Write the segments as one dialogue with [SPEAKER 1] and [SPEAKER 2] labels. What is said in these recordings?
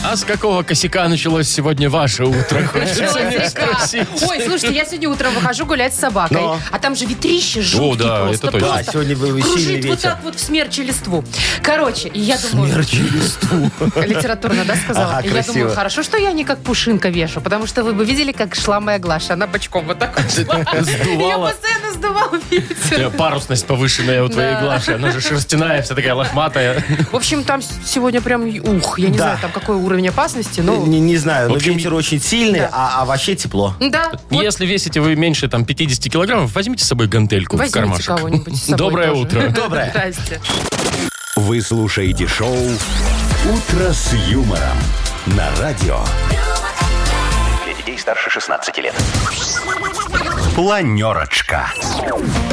[SPEAKER 1] А с какого косяка началось сегодня ваше утро? Хочется
[SPEAKER 2] Началась
[SPEAKER 1] меня
[SPEAKER 2] река.
[SPEAKER 1] спросить.
[SPEAKER 2] Ой, слушайте, я сегодня утром выхожу гулять с собакой,
[SPEAKER 3] Но.
[SPEAKER 2] а там же ветрище жуткий
[SPEAKER 1] О, да,
[SPEAKER 2] просто,
[SPEAKER 1] это точно.
[SPEAKER 2] просто
[SPEAKER 3] Да, сегодня был
[SPEAKER 2] кружит
[SPEAKER 3] сильный
[SPEAKER 2] вот
[SPEAKER 3] ветер.
[SPEAKER 2] так вот в смерче листву. Короче, и я думаю... Литературно, да, сказала?
[SPEAKER 3] Ага,
[SPEAKER 2] И я
[SPEAKER 3] красиво.
[SPEAKER 2] думаю, хорошо, что я не как пушинка вешу, потому что вы бы видели, как шла моя Глаша. Она бочком вот так вот шла. Ее
[SPEAKER 1] Сдувало.
[SPEAKER 2] постоянно сдувал
[SPEAKER 1] У тебя
[SPEAKER 2] ветер.
[SPEAKER 1] Парусность повышенная у твоей
[SPEAKER 2] Да.
[SPEAKER 1] Глаши. Она же шерстяная, вся такая лохматая.
[SPEAKER 2] В общем, там с- сегодня прям, ух, я не
[SPEAKER 3] Да.
[SPEAKER 2] знаю, там какой уровень опасности, но...
[SPEAKER 3] Не, не знаю,
[SPEAKER 1] Ну, В
[SPEAKER 3] но
[SPEAKER 1] общем,
[SPEAKER 3] ветер очень сильный,
[SPEAKER 2] да.
[SPEAKER 3] а, а вообще тепло.
[SPEAKER 2] Да, вот
[SPEAKER 1] Если весите вы меньше там 50 килограммов, возьмите с собой гантельку в
[SPEAKER 2] возьмите
[SPEAKER 1] кармашек.
[SPEAKER 2] кого-нибудь с собой
[SPEAKER 1] Доброе
[SPEAKER 2] тоже.
[SPEAKER 1] утро.
[SPEAKER 3] Доброе.
[SPEAKER 2] Здрасте.
[SPEAKER 4] Вы слушаете шоу «Утро с юмором» на радио. Для детей старше 16 лет. Планерочка.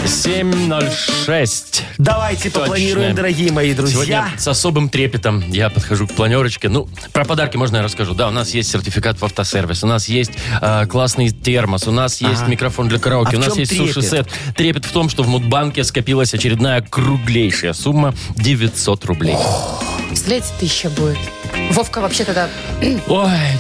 [SPEAKER 1] 7.06.
[SPEAKER 3] Давайте
[SPEAKER 1] Точно.
[SPEAKER 3] попланируем, дорогие мои друзья.
[SPEAKER 1] Сегодня с особым трепетом я подхожу к планерочке. Ну, про подарки можно я расскажу. Да, у нас есть сертификат в автосервис, у нас есть э, классный термос, у нас есть микрофон для караоке,
[SPEAKER 3] А
[SPEAKER 1] у
[SPEAKER 3] в
[SPEAKER 1] нас
[SPEAKER 3] чем
[SPEAKER 1] есть
[SPEAKER 3] трепет?
[SPEAKER 1] суши-сет. Трепет в том, что в Мудбанке скопилась очередная круглейшая сумма 900 рублей.
[SPEAKER 2] Представляете, тысяча будет. Вовка вообще тогда
[SPEAKER 1] Ой,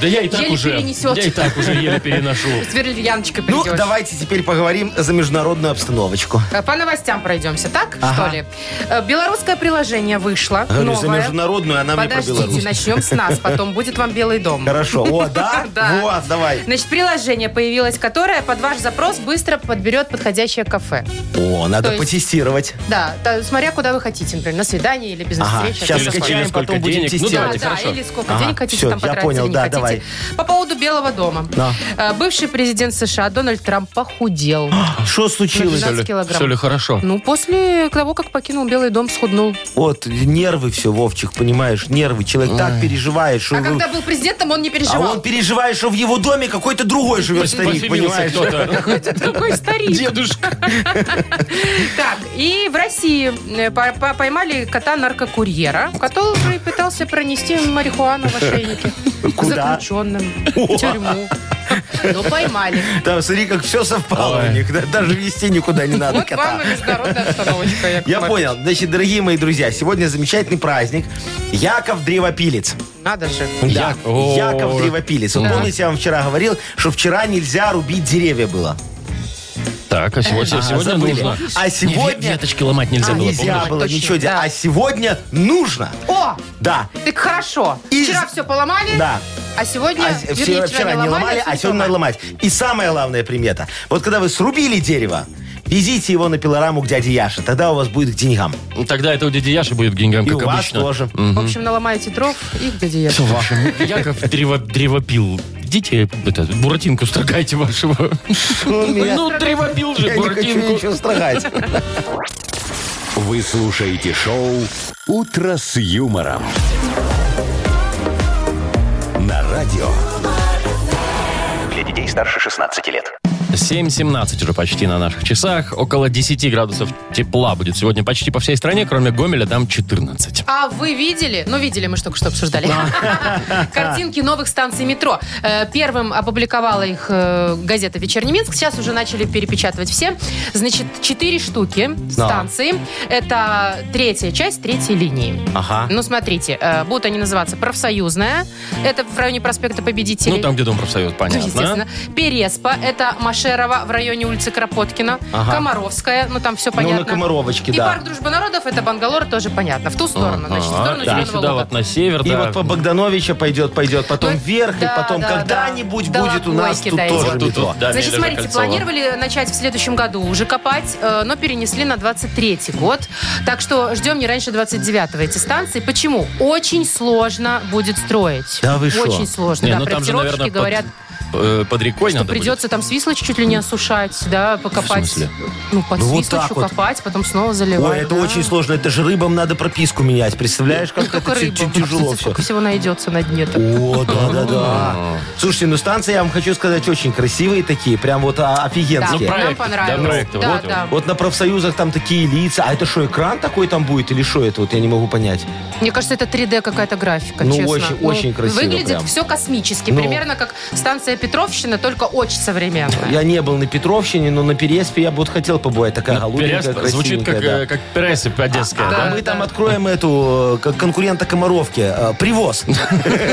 [SPEAKER 1] да я и так
[SPEAKER 2] Еле
[SPEAKER 1] уже...
[SPEAKER 2] перенесет.
[SPEAKER 1] Я и так уже еле переношу.
[SPEAKER 2] с Яночкой
[SPEAKER 3] Ну,
[SPEAKER 2] придешь.
[SPEAKER 3] давайте теперь поговорим за международную обстановочку.
[SPEAKER 2] А, По новостям пройдемся, так,
[SPEAKER 3] Ага.
[SPEAKER 2] что ли? Э, Белорусское приложение вышло,
[SPEAKER 3] Говорю, за
[SPEAKER 2] новое.
[SPEAKER 3] международную она мне про
[SPEAKER 2] Подождите,
[SPEAKER 3] Беларусь.
[SPEAKER 2] начнем с нас, потом будет вам Белый дом.
[SPEAKER 3] Хорошо. О, да?
[SPEAKER 2] Да.
[SPEAKER 3] Вот, давай.
[SPEAKER 2] Значит, приложение появилось, которое под ваш запрос быстро подберет подходящее кафе.
[SPEAKER 3] О,
[SPEAKER 2] То
[SPEAKER 3] надо
[SPEAKER 2] есть-
[SPEAKER 3] потестировать.
[SPEAKER 2] Да, та- смотря куда вы хотите, например, на свидание или
[SPEAKER 3] Ага,
[SPEAKER 2] бизнес-встречу.
[SPEAKER 3] сейчас
[SPEAKER 1] Или
[SPEAKER 3] скачаем,
[SPEAKER 1] сколько
[SPEAKER 3] потом будем
[SPEAKER 1] денег. Ну,
[SPEAKER 2] Да,
[SPEAKER 3] тестировать.
[SPEAKER 1] давайте,
[SPEAKER 2] да,
[SPEAKER 1] хорошо.
[SPEAKER 2] или сколько
[SPEAKER 3] Ага,
[SPEAKER 2] денег хотите
[SPEAKER 3] всё,
[SPEAKER 2] там
[SPEAKER 3] я
[SPEAKER 2] потратить
[SPEAKER 3] понял,
[SPEAKER 2] или не
[SPEAKER 3] да,
[SPEAKER 2] хотите.
[SPEAKER 3] давай.
[SPEAKER 2] По поводу Белого дома.
[SPEAKER 3] Да.
[SPEAKER 2] Э, Бывший президент США Дональд Трамп похудел.
[SPEAKER 3] Что случилось?
[SPEAKER 2] Всё ли- 15 килограмм.
[SPEAKER 1] Все ли хорошо?
[SPEAKER 2] Ну, после того, как покинул Белый дом, схуднул.
[SPEAKER 3] Вот, нервы все, Вовчик, понимаешь, нервы. Человек так переживает, что...
[SPEAKER 2] А
[SPEAKER 3] вы-
[SPEAKER 2] когда был президентом, он не
[SPEAKER 3] А
[SPEAKER 2] переживал.
[SPEAKER 3] он переживает, что в его доме какой-то другой живет старик,
[SPEAKER 1] Поселился
[SPEAKER 3] понимаешь?
[SPEAKER 1] кто-то.
[SPEAKER 2] Такой старик.
[SPEAKER 1] Дедушка.
[SPEAKER 2] Так, и в России э, по- по- поймали кота-наркокурьера, который пытался пронести марихуану в ошейнике.
[SPEAKER 3] Куда?
[SPEAKER 2] Заключенным. В тюрьму. Ну, поймали.
[SPEAKER 3] Там, смотри, как все совпало
[SPEAKER 1] Ой.
[SPEAKER 3] у них. да, Даже вести никуда не надо
[SPEAKER 2] Вот
[SPEAKER 3] кота.
[SPEAKER 2] вам и международная обстановочка, Яков
[SPEAKER 3] Я
[SPEAKER 2] Маркович.
[SPEAKER 3] понял. Значит, дорогие мои друзья, сегодня замечательный праздник. Яков Древопилец.
[SPEAKER 2] Надо же.
[SPEAKER 3] Да.
[SPEAKER 1] О.
[SPEAKER 3] Яков Древопилец. Вот
[SPEAKER 2] Да.
[SPEAKER 3] помните, я вам вчера говорил, что вчера нельзя рубить деревья было.
[SPEAKER 1] Так, а сегодня,
[SPEAKER 3] А,
[SPEAKER 1] сегодня
[SPEAKER 3] забыли.
[SPEAKER 1] нужно.
[SPEAKER 3] А сегодня-
[SPEAKER 1] Не, ве- веточки ломать нельзя
[SPEAKER 3] А,
[SPEAKER 1] было,
[SPEAKER 3] нельзя
[SPEAKER 1] помнишь?
[SPEAKER 3] было,
[SPEAKER 2] Точно,
[SPEAKER 3] ничего делать.
[SPEAKER 2] да.
[SPEAKER 3] А сегодня нужно.
[SPEAKER 2] О,
[SPEAKER 3] Да.
[SPEAKER 2] так хорошо.
[SPEAKER 3] И-
[SPEAKER 2] Вчера все поломали,
[SPEAKER 3] Да.
[SPEAKER 2] а сегодня,
[SPEAKER 3] А с-
[SPEAKER 2] вернее,
[SPEAKER 3] вчера, вчера не ломали, а
[SPEAKER 2] сегодня
[SPEAKER 3] сегодня надо
[SPEAKER 2] ломаем.
[SPEAKER 3] ломать. И самая главная примета. Вот когда вы срубили дерево, везите его на пилораму к дяде Яше. Тогда у вас будет к деньгам.
[SPEAKER 1] Ну, Тогда это у дяди Яши будет к деньгам,
[SPEAKER 3] И
[SPEAKER 1] Ну, как
[SPEAKER 3] у вас
[SPEAKER 1] обычно.
[SPEAKER 3] тоже.
[SPEAKER 2] В общем, наломаете дров и к дяде Яше.
[SPEAKER 1] В общем, Яков древо- древопил. Идите, это, буратинку строгайте вашего.
[SPEAKER 3] Ну, меня-
[SPEAKER 1] Ну, древопил же,
[SPEAKER 3] Я не хочу
[SPEAKER 1] буратинку.
[SPEAKER 3] ничего строгать.
[SPEAKER 4] Вы слушаете шоу «Утро с юмором». На радио. Для детей старше 16 лет.
[SPEAKER 1] 7.17 уже почти на наших часах. Около 10 градусов тепла будет сегодня почти по всей стране, кроме Гомеля, там 14.
[SPEAKER 2] А вы видели? Ну, видели, мы ж только что обсуждали. Картинки новых станций метро. Э, Первым опубликовала их э, газета «Вечерний Минск». Сейчас уже начали перепечатывать все. Значит, четыре штуки станции. Это третья часть третьей линии.
[SPEAKER 3] Ага.
[SPEAKER 2] Ну, смотрите, э, будут они называться «Профсоюзная». Это в районе проспекта Победителей.
[SPEAKER 1] Ну, там, где Дом профсоюз,
[SPEAKER 2] Ну,
[SPEAKER 1] понятно.
[SPEAKER 2] Естественно. Переспа, это Машерова в районе улицы Кропоткина.
[SPEAKER 3] Ага.
[SPEAKER 2] Комаровская, ну там все понятно.
[SPEAKER 3] на Комаровочке,
[SPEAKER 2] И
[SPEAKER 3] да.
[SPEAKER 2] парк Дружбы Народов, это Бангалор, тоже понятно. В ту сторону, значит, в
[SPEAKER 1] Ага,
[SPEAKER 2] сторону
[SPEAKER 1] да.
[SPEAKER 2] Зеленого
[SPEAKER 1] сюда
[SPEAKER 2] Луга.
[SPEAKER 1] вот на север,
[SPEAKER 3] И
[SPEAKER 1] да.
[SPEAKER 3] вот по Богдановича пойдет, пойдет, потом
[SPEAKER 2] Ну,
[SPEAKER 3] вверх,
[SPEAKER 2] да,
[SPEAKER 3] и потом
[SPEAKER 2] да,
[SPEAKER 3] когда-нибудь
[SPEAKER 2] да.
[SPEAKER 3] будет у нас
[SPEAKER 2] До
[SPEAKER 3] тут
[SPEAKER 2] Лакойки
[SPEAKER 3] тоже
[SPEAKER 1] Вот тут
[SPEAKER 3] метро.
[SPEAKER 1] вот, да,
[SPEAKER 2] Значит,
[SPEAKER 1] Миля
[SPEAKER 2] смотрите,
[SPEAKER 1] Кольцова.
[SPEAKER 2] планировали начать в следующем году уже копать, э, но перенесли на 23-й год. Так что ждем не раньше 29-го эти станции. Почему? Очень сложно будет строить.
[SPEAKER 3] Да вы шо?
[SPEAKER 2] Очень сложно.
[SPEAKER 1] Не,
[SPEAKER 2] да,
[SPEAKER 1] ну там же,
[SPEAKER 2] проектировщики
[SPEAKER 1] наверное,
[SPEAKER 2] говорят,
[SPEAKER 1] под, э, под рекой
[SPEAKER 2] Что
[SPEAKER 1] надо будет.
[SPEAKER 2] придется там свислочь чуть ли не осушать, да, покопать.
[SPEAKER 1] смысле?
[SPEAKER 2] Ну, под
[SPEAKER 3] Ну, вот
[SPEAKER 2] свислочью
[SPEAKER 3] так вот.
[SPEAKER 2] копать, потом снова заливать.
[SPEAKER 3] Ой, это
[SPEAKER 2] да.
[SPEAKER 3] очень сложно. Это же рыбам надо прописку менять. Представляешь, как это
[SPEAKER 2] Только
[SPEAKER 3] ти-
[SPEAKER 2] рыба.
[SPEAKER 3] ти- тяжело
[SPEAKER 2] Представляете,
[SPEAKER 3] все.
[SPEAKER 2] Сколько всего найдется на дне-то.
[SPEAKER 3] О, да, да, да. Слушайте, ну станции, я вам хочу сказать, очень красивые такие, прям вот а,
[SPEAKER 2] Да,
[SPEAKER 1] проекты,
[SPEAKER 3] офигенские.
[SPEAKER 2] нам
[SPEAKER 1] да,
[SPEAKER 2] понравилось.
[SPEAKER 1] проекты,
[SPEAKER 2] Да,
[SPEAKER 1] вот.
[SPEAKER 2] да.
[SPEAKER 3] Вот на профсоюзах там такие лица. А это что, экран такой там будет или что это? Вот я не могу понять.
[SPEAKER 2] Мне кажется, это 3D какая-то графика,
[SPEAKER 3] Ну,
[SPEAKER 2] честно.
[SPEAKER 3] очень- очень красиво
[SPEAKER 2] Выглядит
[SPEAKER 3] прям.
[SPEAKER 2] все космически.
[SPEAKER 3] Ну.
[SPEAKER 2] Примерно как станция Петровщина, только очень современная.
[SPEAKER 3] Я не был на Петровщине, но на Переспе я бы вот хотел побывать. Такая голубенькая,
[SPEAKER 1] Пересп- Звучит как,
[SPEAKER 3] красивенькая, да.
[SPEAKER 1] э, как пересыпь одесская,
[SPEAKER 3] А
[SPEAKER 1] да?
[SPEAKER 3] мы там откроем эту э, как конкурента Комаровки. э, Привоз.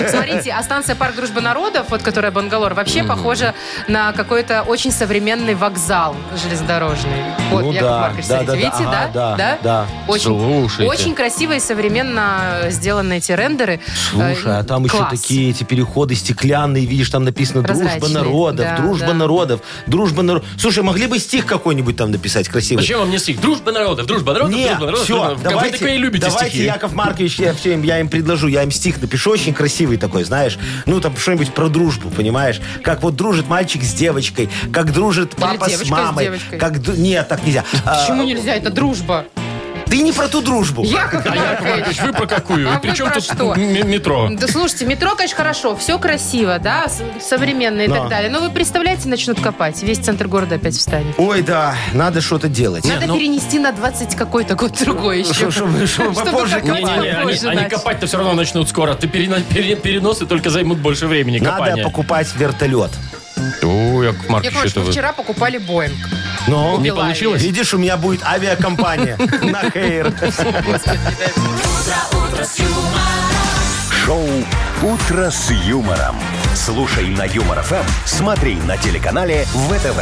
[SPEAKER 2] Смотрите, а станция Парк Дружбы Народов, вот которая Бангалор, вообще похожа на какой-то очень современный вокзал железнодорожный. Вот,
[SPEAKER 3] Ну
[SPEAKER 2] Яков
[SPEAKER 3] да,
[SPEAKER 2] Маркович,
[SPEAKER 3] да,
[SPEAKER 2] смотрите,
[SPEAKER 3] да, да,
[SPEAKER 2] видите,
[SPEAKER 3] ага,
[SPEAKER 2] да?
[SPEAKER 3] да, да.
[SPEAKER 2] Очень,
[SPEAKER 1] Слушайте.
[SPEAKER 2] очень красиво и современно сделаны эти рендеры. Э,
[SPEAKER 3] Слушай, а там еще
[SPEAKER 2] Класс.
[SPEAKER 3] такие эти переходы стеклянные, видишь, там написано «Дружба
[SPEAKER 2] Прозрачные,
[SPEAKER 3] народов»,
[SPEAKER 2] да,
[SPEAKER 3] «Дружба
[SPEAKER 2] да.
[SPEAKER 3] народов», «Дружба народов». Слушай, могли бы стих какой-нибудь там написать красивый?
[SPEAKER 1] Зачем вам мне стих? Дружба народов, дружба народов,
[SPEAKER 3] Не,
[SPEAKER 1] дружба народов. дружба
[SPEAKER 3] все,
[SPEAKER 1] народов. Вы
[SPEAKER 3] давайте,
[SPEAKER 1] такое и любите
[SPEAKER 3] давайте
[SPEAKER 1] стихи.
[SPEAKER 3] Яков Маркович, я, всё им, я им предложу, я им стих напишу, очень красивый такой, знаешь, ну там что-нибудь про дружбу, понимаешь, как вот дружит мальчик с девочкой, как дружит папа с
[SPEAKER 2] девочка с
[SPEAKER 3] мамой,
[SPEAKER 2] девочкой.
[SPEAKER 3] как ду- нет, так нельзя. А,
[SPEAKER 2] Почему нельзя? Это дружба.
[SPEAKER 3] Ты не про ту дружбу.
[SPEAKER 2] Яков
[SPEAKER 1] А Яков
[SPEAKER 2] Маркович.
[SPEAKER 1] Маркович, вы про какую?
[SPEAKER 2] А вы
[SPEAKER 1] Причем
[SPEAKER 2] про
[SPEAKER 1] тут
[SPEAKER 2] что?
[SPEAKER 1] м- метро?
[SPEAKER 2] Да слушайте, метро, конечно, хорошо, все красиво, да, с- современно и
[SPEAKER 3] Да.
[SPEAKER 2] так далее. Но вы представляете, начнут копать, весь центр города опять встанет.
[SPEAKER 3] Ой, да, надо что-то делать.
[SPEAKER 2] Надо
[SPEAKER 1] ну-
[SPEAKER 2] перенести на 20 какой-то год другой еще.
[SPEAKER 3] Шо- шо вы- шо вы
[SPEAKER 2] Чтобы
[SPEAKER 3] попозже
[SPEAKER 2] как-то
[SPEAKER 3] копали?
[SPEAKER 1] Не-не-не, они,
[SPEAKER 2] Попозже,
[SPEAKER 1] они
[SPEAKER 2] Надь.
[SPEAKER 1] копать-то все равно начнут скоро. Ты перено- пере- переносы только займут больше времени
[SPEAKER 3] Надо
[SPEAKER 1] копания.
[SPEAKER 3] покупать вертолет.
[SPEAKER 1] О, Яков
[SPEAKER 2] Я
[SPEAKER 1] Маркович,
[SPEAKER 2] говорю,
[SPEAKER 1] это
[SPEAKER 2] что
[SPEAKER 1] вы- Ну,
[SPEAKER 2] вчера покупали Боинг.
[SPEAKER 3] Но
[SPEAKER 1] Не
[SPEAKER 2] Купила
[SPEAKER 1] получилось?
[SPEAKER 3] видишь, у меня будет авиакомпания на Хейр.
[SPEAKER 4] Шоу «Утро с юмором». Слушай на Юмор ФМ, смотри на телеканале ВТВ.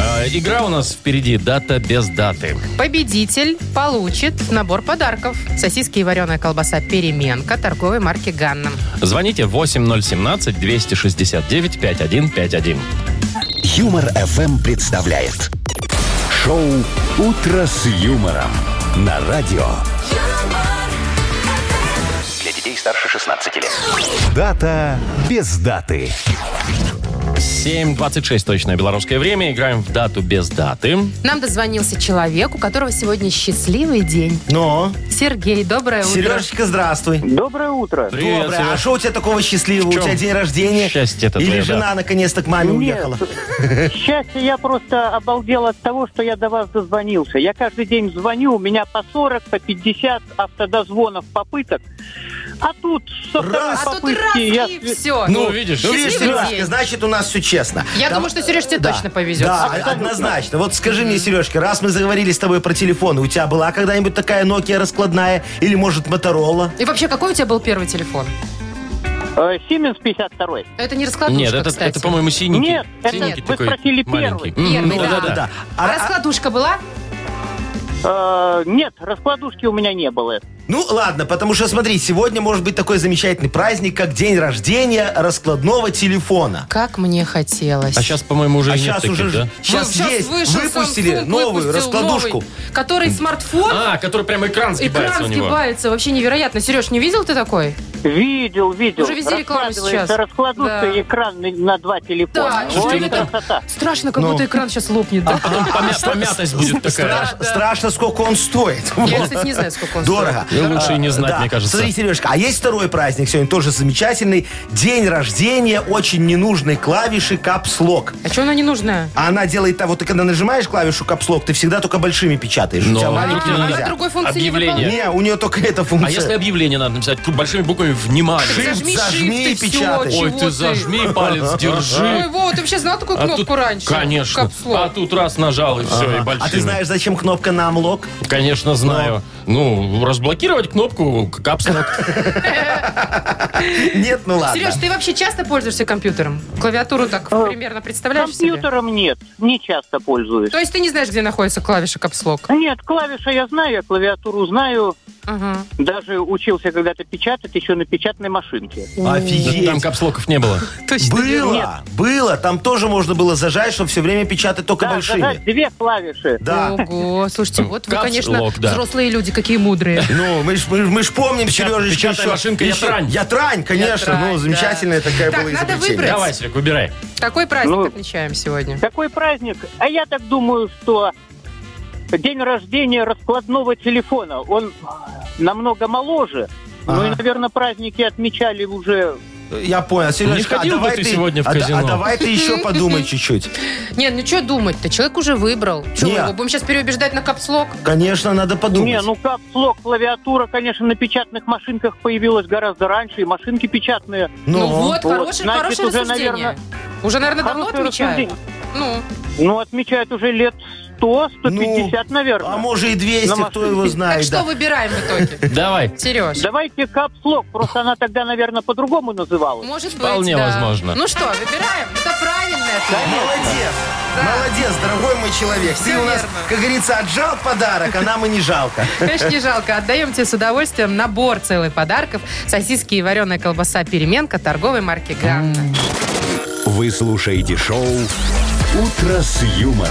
[SPEAKER 1] А, игра у нас впереди. Дата без даты.
[SPEAKER 2] Победитель получит набор подарков. Сосиски и вареная колбаса «Переменка» торговой марки «Ганна».
[SPEAKER 1] Звоните 8017-269-5151.
[SPEAKER 4] Юмор ФМ представляет шоу Утро с юмором на радио. Для детей старше 16 лет. Дата без даты.
[SPEAKER 1] 7.26 точное белорусское время. Играем в дату без даты.
[SPEAKER 2] Нам дозвонился человек, у которого сегодня счастливый день.
[SPEAKER 3] Но,
[SPEAKER 2] Сергей, доброе утро.
[SPEAKER 3] Сережечка, здравствуй.
[SPEAKER 5] Доброе утро.
[SPEAKER 1] Привет,
[SPEAKER 3] Доброе. А
[SPEAKER 1] Сереж.
[SPEAKER 3] что у тебя такого счастливого?
[SPEAKER 1] В
[SPEAKER 3] У
[SPEAKER 1] чем
[SPEAKER 3] тебя день рождения?
[SPEAKER 1] счастье-то
[SPEAKER 3] Или
[SPEAKER 1] твое, да?
[SPEAKER 3] жена наконец-то к маме
[SPEAKER 5] Нет,
[SPEAKER 3] уехала?
[SPEAKER 5] счастье, я просто обалдел от того, что я до вас дозвонился. Я каждый день звоню, у меня по 40, по 50 автодозвонов, попыток. А тут со второй
[SPEAKER 3] Раз.
[SPEAKER 2] А тут раз
[SPEAKER 5] попытки я...
[SPEAKER 2] и все.
[SPEAKER 1] Ну, видишь.
[SPEAKER 3] Ну, видишь,
[SPEAKER 2] Счастливый
[SPEAKER 3] Сережечка,
[SPEAKER 2] день.
[SPEAKER 3] значит, у нас все честно.
[SPEAKER 2] Я
[SPEAKER 3] Там-
[SPEAKER 2] думаю, что Сереж тебе
[SPEAKER 3] Да.
[SPEAKER 2] точно повезет.
[SPEAKER 3] Да,
[SPEAKER 2] сегодня.
[SPEAKER 3] однозначно. Вот скажи мне, Сережка, раз мы заговорили с тобой про телефоны, у тебя была когда-нибудь такая Nokia раскладная? Или, может, Motorola?
[SPEAKER 2] И вообще, какой у тебя был первый телефон?
[SPEAKER 5] Э, Сименс 52
[SPEAKER 2] Это не раскладушка,
[SPEAKER 1] Нет, это,
[SPEAKER 2] кстати.
[SPEAKER 1] это, по-моему, синенький.
[SPEAKER 5] Нет, это
[SPEAKER 1] Синенький
[SPEAKER 5] вы
[SPEAKER 1] такой
[SPEAKER 5] спросили первый.
[SPEAKER 1] маленький. М,
[SPEAKER 2] Первый,
[SPEAKER 1] ну,
[SPEAKER 2] да.
[SPEAKER 1] да-да.
[SPEAKER 2] А
[SPEAKER 3] А- а-
[SPEAKER 2] раскладушка была?
[SPEAKER 5] Э, нет, раскладушки у меня не было.
[SPEAKER 3] Ну, ладно, потому что, смотри, сегодня может быть такой замечательный праздник, как день рождения раскладного телефона.
[SPEAKER 2] Как мне хотелось.
[SPEAKER 1] А сейчас, по-моему, уже
[SPEAKER 3] а
[SPEAKER 1] и нет
[SPEAKER 3] сейчас
[SPEAKER 1] таких,
[SPEAKER 3] уже
[SPEAKER 1] да?
[SPEAKER 3] сейчас
[SPEAKER 2] Сейчас
[SPEAKER 3] есть,
[SPEAKER 2] Ну, вышел
[SPEAKER 3] выпустили
[SPEAKER 2] Samsung,
[SPEAKER 3] новую
[SPEAKER 2] выпустил
[SPEAKER 3] раскладушку.
[SPEAKER 2] новый, который смартфон,
[SPEAKER 1] А, который прям экран сгибается
[SPEAKER 2] экран
[SPEAKER 1] у него.
[SPEAKER 2] сгибается. Вообще невероятно. Сереж, не видел ты такой?
[SPEAKER 5] Видел, видел.
[SPEAKER 2] Уже везде рекламу
[SPEAKER 5] Раскладывается
[SPEAKER 2] сейчас.
[SPEAKER 5] Раскладушка
[SPEAKER 2] Да.
[SPEAKER 5] и экран на- на два телефона.
[SPEAKER 2] Да,
[SPEAKER 5] Ой,
[SPEAKER 1] что это?
[SPEAKER 5] красота.
[SPEAKER 2] Страшно, как
[SPEAKER 3] Ну.
[SPEAKER 2] будто экран сейчас лопнет. да?
[SPEAKER 1] Потом А, помя- помятость будет такая.
[SPEAKER 3] Страш- Страшно, сколько он стоит.
[SPEAKER 1] а,
[SPEAKER 2] Я, кстати, не знаю, сколько он
[SPEAKER 3] Дорого.
[SPEAKER 1] Ну, лучше и не
[SPEAKER 3] А,
[SPEAKER 1] знать,
[SPEAKER 3] да.
[SPEAKER 1] мне кажется.
[SPEAKER 3] Смотри, Сережка, а есть второй праздник сегодня, тоже замечательный. День рождения очень ненужной клавиши капслок.
[SPEAKER 2] стоит. А что она ненужная?
[SPEAKER 3] А она делает того, ты когда нажимаешь клавишу капслок, ты всегда только большими печатаешь. У
[SPEAKER 1] Но
[SPEAKER 3] тебя
[SPEAKER 1] вдруг
[SPEAKER 3] маленькие
[SPEAKER 1] не
[SPEAKER 2] она
[SPEAKER 1] надо.
[SPEAKER 3] нельзя.
[SPEAKER 2] а другой функции не
[SPEAKER 1] Объявление.
[SPEAKER 3] Не, у нее только эта функция.
[SPEAKER 1] А если объявление надо написать большими буквами «Внимание»?
[SPEAKER 3] Шифт зажми
[SPEAKER 2] shift,
[SPEAKER 3] и
[SPEAKER 2] всё,
[SPEAKER 3] печатай.
[SPEAKER 2] чего
[SPEAKER 1] Ой, ты зажми палец,
[SPEAKER 2] Ой,
[SPEAKER 1] держи.
[SPEAKER 2] Вова, ты вообще знал такую
[SPEAKER 1] А
[SPEAKER 2] кнопку
[SPEAKER 1] тут-
[SPEAKER 2] раньше?
[SPEAKER 1] Конечно.
[SPEAKER 2] Капслок.
[SPEAKER 1] А тут раз нажал, и все, и большими.
[SPEAKER 3] А ты знаешь, зачем кнопка на амлок?
[SPEAKER 1] Конечно, знаю. Ну, разблокировать кнопку капсула.
[SPEAKER 3] Нет, ну ладно.
[SPEAKER 2] Сереж, ты вообще часто пользуешься компьютером? Клавиатуру так
[SPEAKER 5] Э,
[SPEAKER 2] примерно представляешь себе?
[SPEAKER 5] Компьютером нет, не часто пользуюсь.
[SPEAKER 2] То есть ты не знаешь, где находится клавиша капслок?
[SPEAKER 5] Нет, клавиши я знаю, я клавиатуру знаю.
[SPEAKER 2] Ага.
[SPEAKER 5] Даже учился когда-то печатать еще на печатной машинке.
[SPEAKER 3] Офигеть.
[SPEAKER 1] Там капслоков не было.
[SPEAKER 3] было, было. Там тоже можно было зажать, чтобы все время печатать только
[SPEAKER 5] Да,
[SPEAKER 3] большими.
[SPEAKER 5] зажать две клавиши.
[SPEAKER 3] Да.
[SPEAKER 2] Ого, слушайте, вот вы,
[SPEAKER 1] Капс
[SPEAKER 2] конечно,
[SPEAKER 1] лок, да.
[SPEAKER 2] взрослые люди, какие мудрые.
[SPEAKER 3] Ну, мы ж, мы, ж- мы ж помним, Сережечка.
[SPEAKER 1] печатная машинка, я трань.
[SPEAKER 3] Я трань, конечно.
[SPEAKER 2] Я трань,
[SPEAKER 3] ну, замечательная такая
[SPEAKER 2] Так,
[SPEAKER 3] была
[SPEAKER 2] надо
[SPEAKER 3] изобретение.
[SPEAKER 2] выбрать.
[SPEAKER 1] Давай, Серег, выбирай.
[SPEAKER 2] Такой праздник
[SPEAKER 5] Ну.
[SPEAKER 2] отмечаем сегодня.
[SPEAKER 5] Какой праздник? А я так думаю, что день рождения раскладного телефона. Он намного моложе. Ну и,
[SPEAKER 3] Ага.
[SPEAKER 5] наверное, праздники отмечали уже.
[SPEAKER 3] Я понял. Сережечка,
[SPEAKER 1] Не ходил
[SPEAKER 3] а
[SPEAKER 1] бы
[SPEAKER 3] давай
[SPEAKER 1] ты сегодня в
[SPEAKER 3] а да-
[SPEAKER 1] казино?
[SPEAKER 3] А, давай ты еще подумай чуть-чуть.
[SPEAKER 2] Не, ну что думать-то? Человек уже выбрал. Чего
[SPEAKER 3] Не.
[SPEAKER 2] его? Будем сейчас переубеждать на капслок?
[SPEAKER 3] Конечно, надо подумать.
[SPEAKER 5] Не, ну как, слог, клавиатура, конечно, на печатных машинках появилась гораздо раньше, и машинки печатные.
[SPEAKER 2] Ну,
[SPEAKER 3] Ну,
[SPEAKER 2] вот,
[SPEAKER 5] вот,
[SPEAKER 2] хорошее,
[SPEAKER 5] значит,
[SPEAKER 2] хорошее
[SPEAKER 5] уже,
[SPEAKER 2] рассуждение.
[SPEAKER 5] наверное,
[SPEAKER 2] уже, наверное, давно
[SPEAKER 5] Хорошее
[SPEAKER 2] отмечают.
[SPEAKER 5] рассуждение.
[SPEAKER 2] Ну,
[SPEAKER 5] Ну, отмечают уже лет 100, 150, наверное.
[SPEAKER 3] А может и 200,
[SPEAKER 5] На
[SPEAKER 3] кто его
[SPEAKER 5] машинке.
[SPEAKER 2] так
[SPEAKER 3] знает.
[SPEAKER 2] что
[SPEAKER 3] да.
[SPEAKER 2] выбираем в итоге?
[SPEAKER 1] Давай.
[SPEAKER 2] Сереж.
[SPEAKER 5] Давайте капслог, просто она тогда, наверное, по-другому называлась.
[SPEAKER 2] Может
[SPEAKER 1] Вполне
[SPEAKER 2] быть, да.
[SPEAKER 1] возможно.
[SPEAKER 2] Ну что, выбираем? Это правильное ответ.
[SPEAKER 3] Молодец. Молодец, дорогой мой человек. Ты
[SPEAKER 2] Всё
[SPEAKER 3] у нас,
[SPEAKER 2] верно.
[SPEAKER 3] как говорится, отжал подарок, а нам и не жалко.
[SPEAKER 2] Конечно, не жалко. Отдаем тебе с удовольствием набор целых подарков. Сосиски и вареная колбаса «Переменка» торговой марки «Гранна».
[SPEAKER 4] Вы слушаете шоу «Утро с юмором»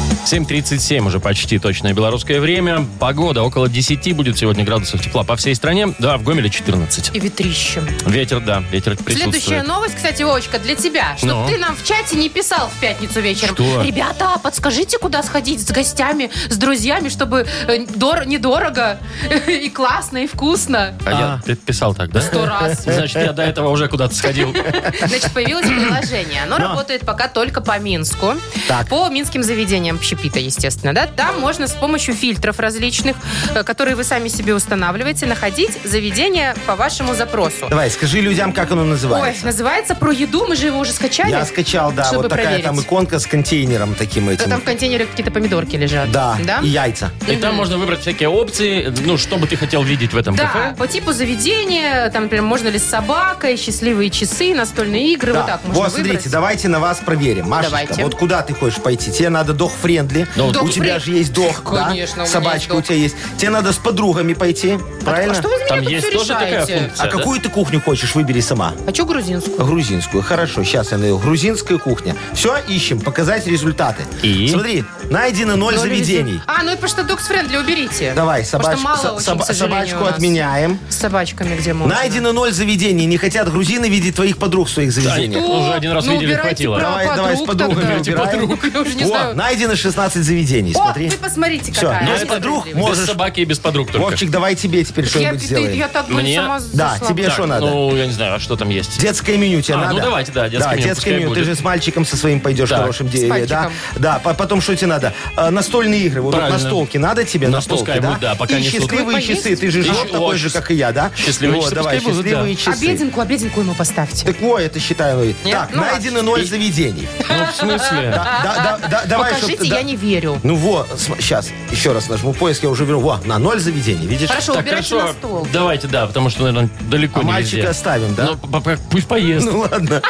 [SPEAKER 1] 7.37 уже почти точное белорусское время. Погода около 10 будет сегодня градусов тепла по всей стране. Да, в Гомеле 14.
[SPEAKER 2] И ветрище.
[SPEAKER 1] Ветер, да, ветер
[SPEAKER 2] Следующая
[SPEAKER 1] присутствует.
[SPEAKER 2] новость, кстати, Вовочка, для тебя. Чтоб
[SPEAKER 1] Ну?
[SPEAKER 2] ты нам в чате не писал в пятницу вечером.
[SPEAKER 1] Что?
[SPEAKER 2] Ребята, а подскажите, куда сходить с гостями, с друзьями, чтобы э, дор- недорого и классно, и вкусно.
[SPEAKER 1] А я ты писал так, да?
[SPEAKER 2] Сто раз.
[SPEAKER 1] Значит, я до этого уже куда-то сходил.
[SPEAKER 2] Значит, появилось приложение. Оно работает пока только по Минску.
[SPEAKER 3] Так.
[SPEAKER 2] По минским заведениям общепита, естественно. Да? Там можно с помощью фильтров различных, э, которые вы сами себе устанавливаете, находить заведение по вашему запросу.
[SPEAKER 3] Давай, скажи людям, как оно
[SPEAKER 2] Ой,
[SPEAKER 3] называется.
[SPEAKER 2] называется «Про еду». Мы же его уже скачали.
[SPEAKER 3] Я скачал, да,
[SPEAKER 2] чтобы
[SPEAKER 3] вот такая
[SPEAKER 2] проверить.
[SPEAKER 3] там иконка с контейнером таким
[SPEAKER 2] Да, Там
[SPEAKER 3] этим.
[SPEAKER 2] в контейнере какие-то помидорки лежат.
[SPEAKER 3] Да,
[SPEAKER 2] Да?
[SPEAKER 3] и яйца.
[SPEAKER 1] И там можно выбрать всякие опции, ну, что бы ты хотел видеть в этом
[SPEAKER 2] Да,
[SPEAKER 1] кафе.
[SPEAKER 2] по типу заведения, там, например, можно ли с собакой, счастливые часы, настольные игры, вот
[SPEAKER 3] Да.
[SPEAKER 2] так можно
[SPEAKER 3] вот, смотрите,
[SPEAKER 2] выбрать.
[SPEAKER 3] давайте на вас проверим. Машечка,
[SPEAKER 2] Давайте.
[SPEAKER 3] вот куда ты хочешь пойти? Тебе надо дох-френдли.
[SPEAKER 1] Dog
[SPEAKER 3] У тебя
[SPEAKER 2] friend-
[SPEAKER 3] же есть дох, да?
[SPEAKER 2] Конечно, у меня есть
[SPEAKER 3] Собачка
[SPEAKER 2] dog.
[SPEAKER 3] у тебя есть. Тебе надо с подругами пойти, правильно?
[SPEAKER 2] А что вы за меня
[SPEAKER 1] Там
[SPEAKER 2] тут
[SPEAKER 1] есть
[SPEAKER 2] всё
[SPEAKER 1] тоже такая
[SPEAKER 2] решаете?
[SPEAKER 1] функция.
[SPEAKER 3] А
[SPEAKER 1] да?
[SPEAKER 3] какую ты кухню хочешь, выбери сама.
[SPEAKER 2] А что грузинскую?
[SPEAKER 3] Грузинскую. Хорошо, сейчас я найду. Грузинская кухня. Все, ищем, показать результаты.
[SPEAKER 1] И?
[SPEAKER 3] Смотри, найдено ноль заведений.
[SPEAKER 2] А, ну и потому что Dogs Friendly уберите.
[SPEAKER 3] Давай,
[SPEAKER 2] Потому
[SPEAKER 3] собачку,
[SPEAKER 2] что мало
[SPEAKER 3] со-
[SPEAKER 2] очень,
[SPEAKER 3] соба-
[SPEAKER 2] к сожалению,
[SPEAKER 3] собачку
[SPEAKER 2] у нас.
[SPEAKER 3] отменяем.
[SPEAKER 2] С собачками где можно.
[SPEAKER 3] Найдено ноль заведений. Не хотят грузины видеть твоих подруг в своих заведениях.
[SPEAKER 1] Что? Уже один раз
[SPEAKER 2] ну,
[SPEAKER 1] видели,
[SPEAKER 2] убирайте
[SPEAKER 1] хватило.
[SPEAKER 2] права
[SPEAKER 3] Давай, давай, с
[SPEAKER 2] подруг
[SPEAKER 3] подругами
[SPEAKER 2] тогда.
[SPEAKER 3] убираем.
[SPEAKER 2] Типа Подруг, я уже не
[SPEAKER 3] О,
[SPEAKER 2] знаю.
[SPEAKER 3] найдено 16 заведений,
[SPEAKER 2] О,
[SPEAKER 3] смотри.
[SPEAKER 2] вы посмотрите,
[SPEAKER 3] Все,
[SPEAKER 2] какая.
[SPEAKER 3] есть
[SPEAKER 2] Она
[SPEAKER 3] подруг,
[SPEAKER 2] справедлива.
[SPEAKER 1] Без
[SPEAKER 3] можешь.
[SPEAKER 1] собаки и без подруг только.
[SPEAKER 3] Вовчик, давай тебе теперь
[SPEAKER 2] Я,
[SPEAKER 3] что-нибудь
[SPEAKER 2] ты-
[SPEAKER 3] сделаем.
[SPEAKER 2] я так думаю,
[SPEAKER 1] Мне?
[SPEAKER 2] сама
[SPEAKER 3] Да,
[SPEAKER 2] зашла.
[SPEAKER 3] тебе
[SPEAKER 1] Так,
[SPEAKER 3] что надо?
[SPEAKER 1] Ну, я не знаю, а что там есть?
[SPEAKER 3] Детское меню тебе
[SPEAKER 1] А, ну
[SPEAKER 3] надо.
[SPEAKER 1] давайте, да, детское меню,
[SPEAKER 3] детское
[SPEAKER 1] пускай
[SPEAKER 3] меню. Ты
[SPEAKER 1] будет.
[SPEAKER 3] же с мальчиком со своим пойдешь
[SPEAKER 1] Так.
[SPEAKER 3] хорошим
[SPEAKER 2] С
[SPEAKER 3] деле, да?
[SPEAKER 2] пальчиком.
[SPEAKER 3] Да, по- потом что тебе надо? Э, Настольные игры. Вот
[SPEAKER 1] Правильно.
[SPEAKER 3] настолки надо тебе?
[SPEAKER 1] Ну,
[SPEAKER 3] Настолки,
[SPEAKER 1] пускай
[SPEAKER 3] да?
[SPEAKER 1] будет, да, пока
[SPEAKER 3] И
[SPEAKER 1] не сутки.
[SPEAKER 3] счастливые
[SPEAKER 2] Поесть?
[SPEAKER 3] часы. Ты же
[SPEAKER 1] Еще
[SPEAKER 3] живешь такой
[SPEAKER 1] очень.
[SPEAKER 3] же, как и я, да?
[SPEAKER 1] Счастливые
[SPEAKER 3] Вот,
[SPEAKER 1] часы
[SPEAKER 3] давай,
[SPEAKER 1] пускай будут,
[SPEAKER 3] счастливые часы.
[SPEAKER 2] Обеденку, обеденку ему поставьте.
[SPEAKER 3] Так ой, это считаю. ну,
[SPEAKER 2] Нет?
[SPEAKER 3] Так,
[SPEAKER 2] Ну,
[SPEAKER 3] найдено ноль заведений.
[SPEAKER 1] Ну, в смысле?
[SPEAKER 3] Да, да, да, да, давай, чтоб
[SPEAKER 2] Покажите,
[SPEAKER 3] ты- да.
[SPEAKER 2] я не верю.
[SPEAKER 3] Ну вот, сейчас, еще раз нажму поиск, я уже верну. Во, на ноль заведений, видишь?
[SPEAKER 2] Хорошо,
[SPEAKER 1] Так,
[SPEAKER 2] убирайте на
[SPEAKER 1] хорошо.
[SPEAKER 2] стол.
[SPEAKER 1] Давайте, да, потому что, наверное, далеко
[SPEAKER 3] А
[SPEAKER 1] не
[SPEAKER 3] мальчика
[SPEAKER 1] везде.
[SPEAKER 3] оставим, да?
[SPEAKER 1] Ну, п- п- пусть поест.
[SPEAKER 3] Ну ладно.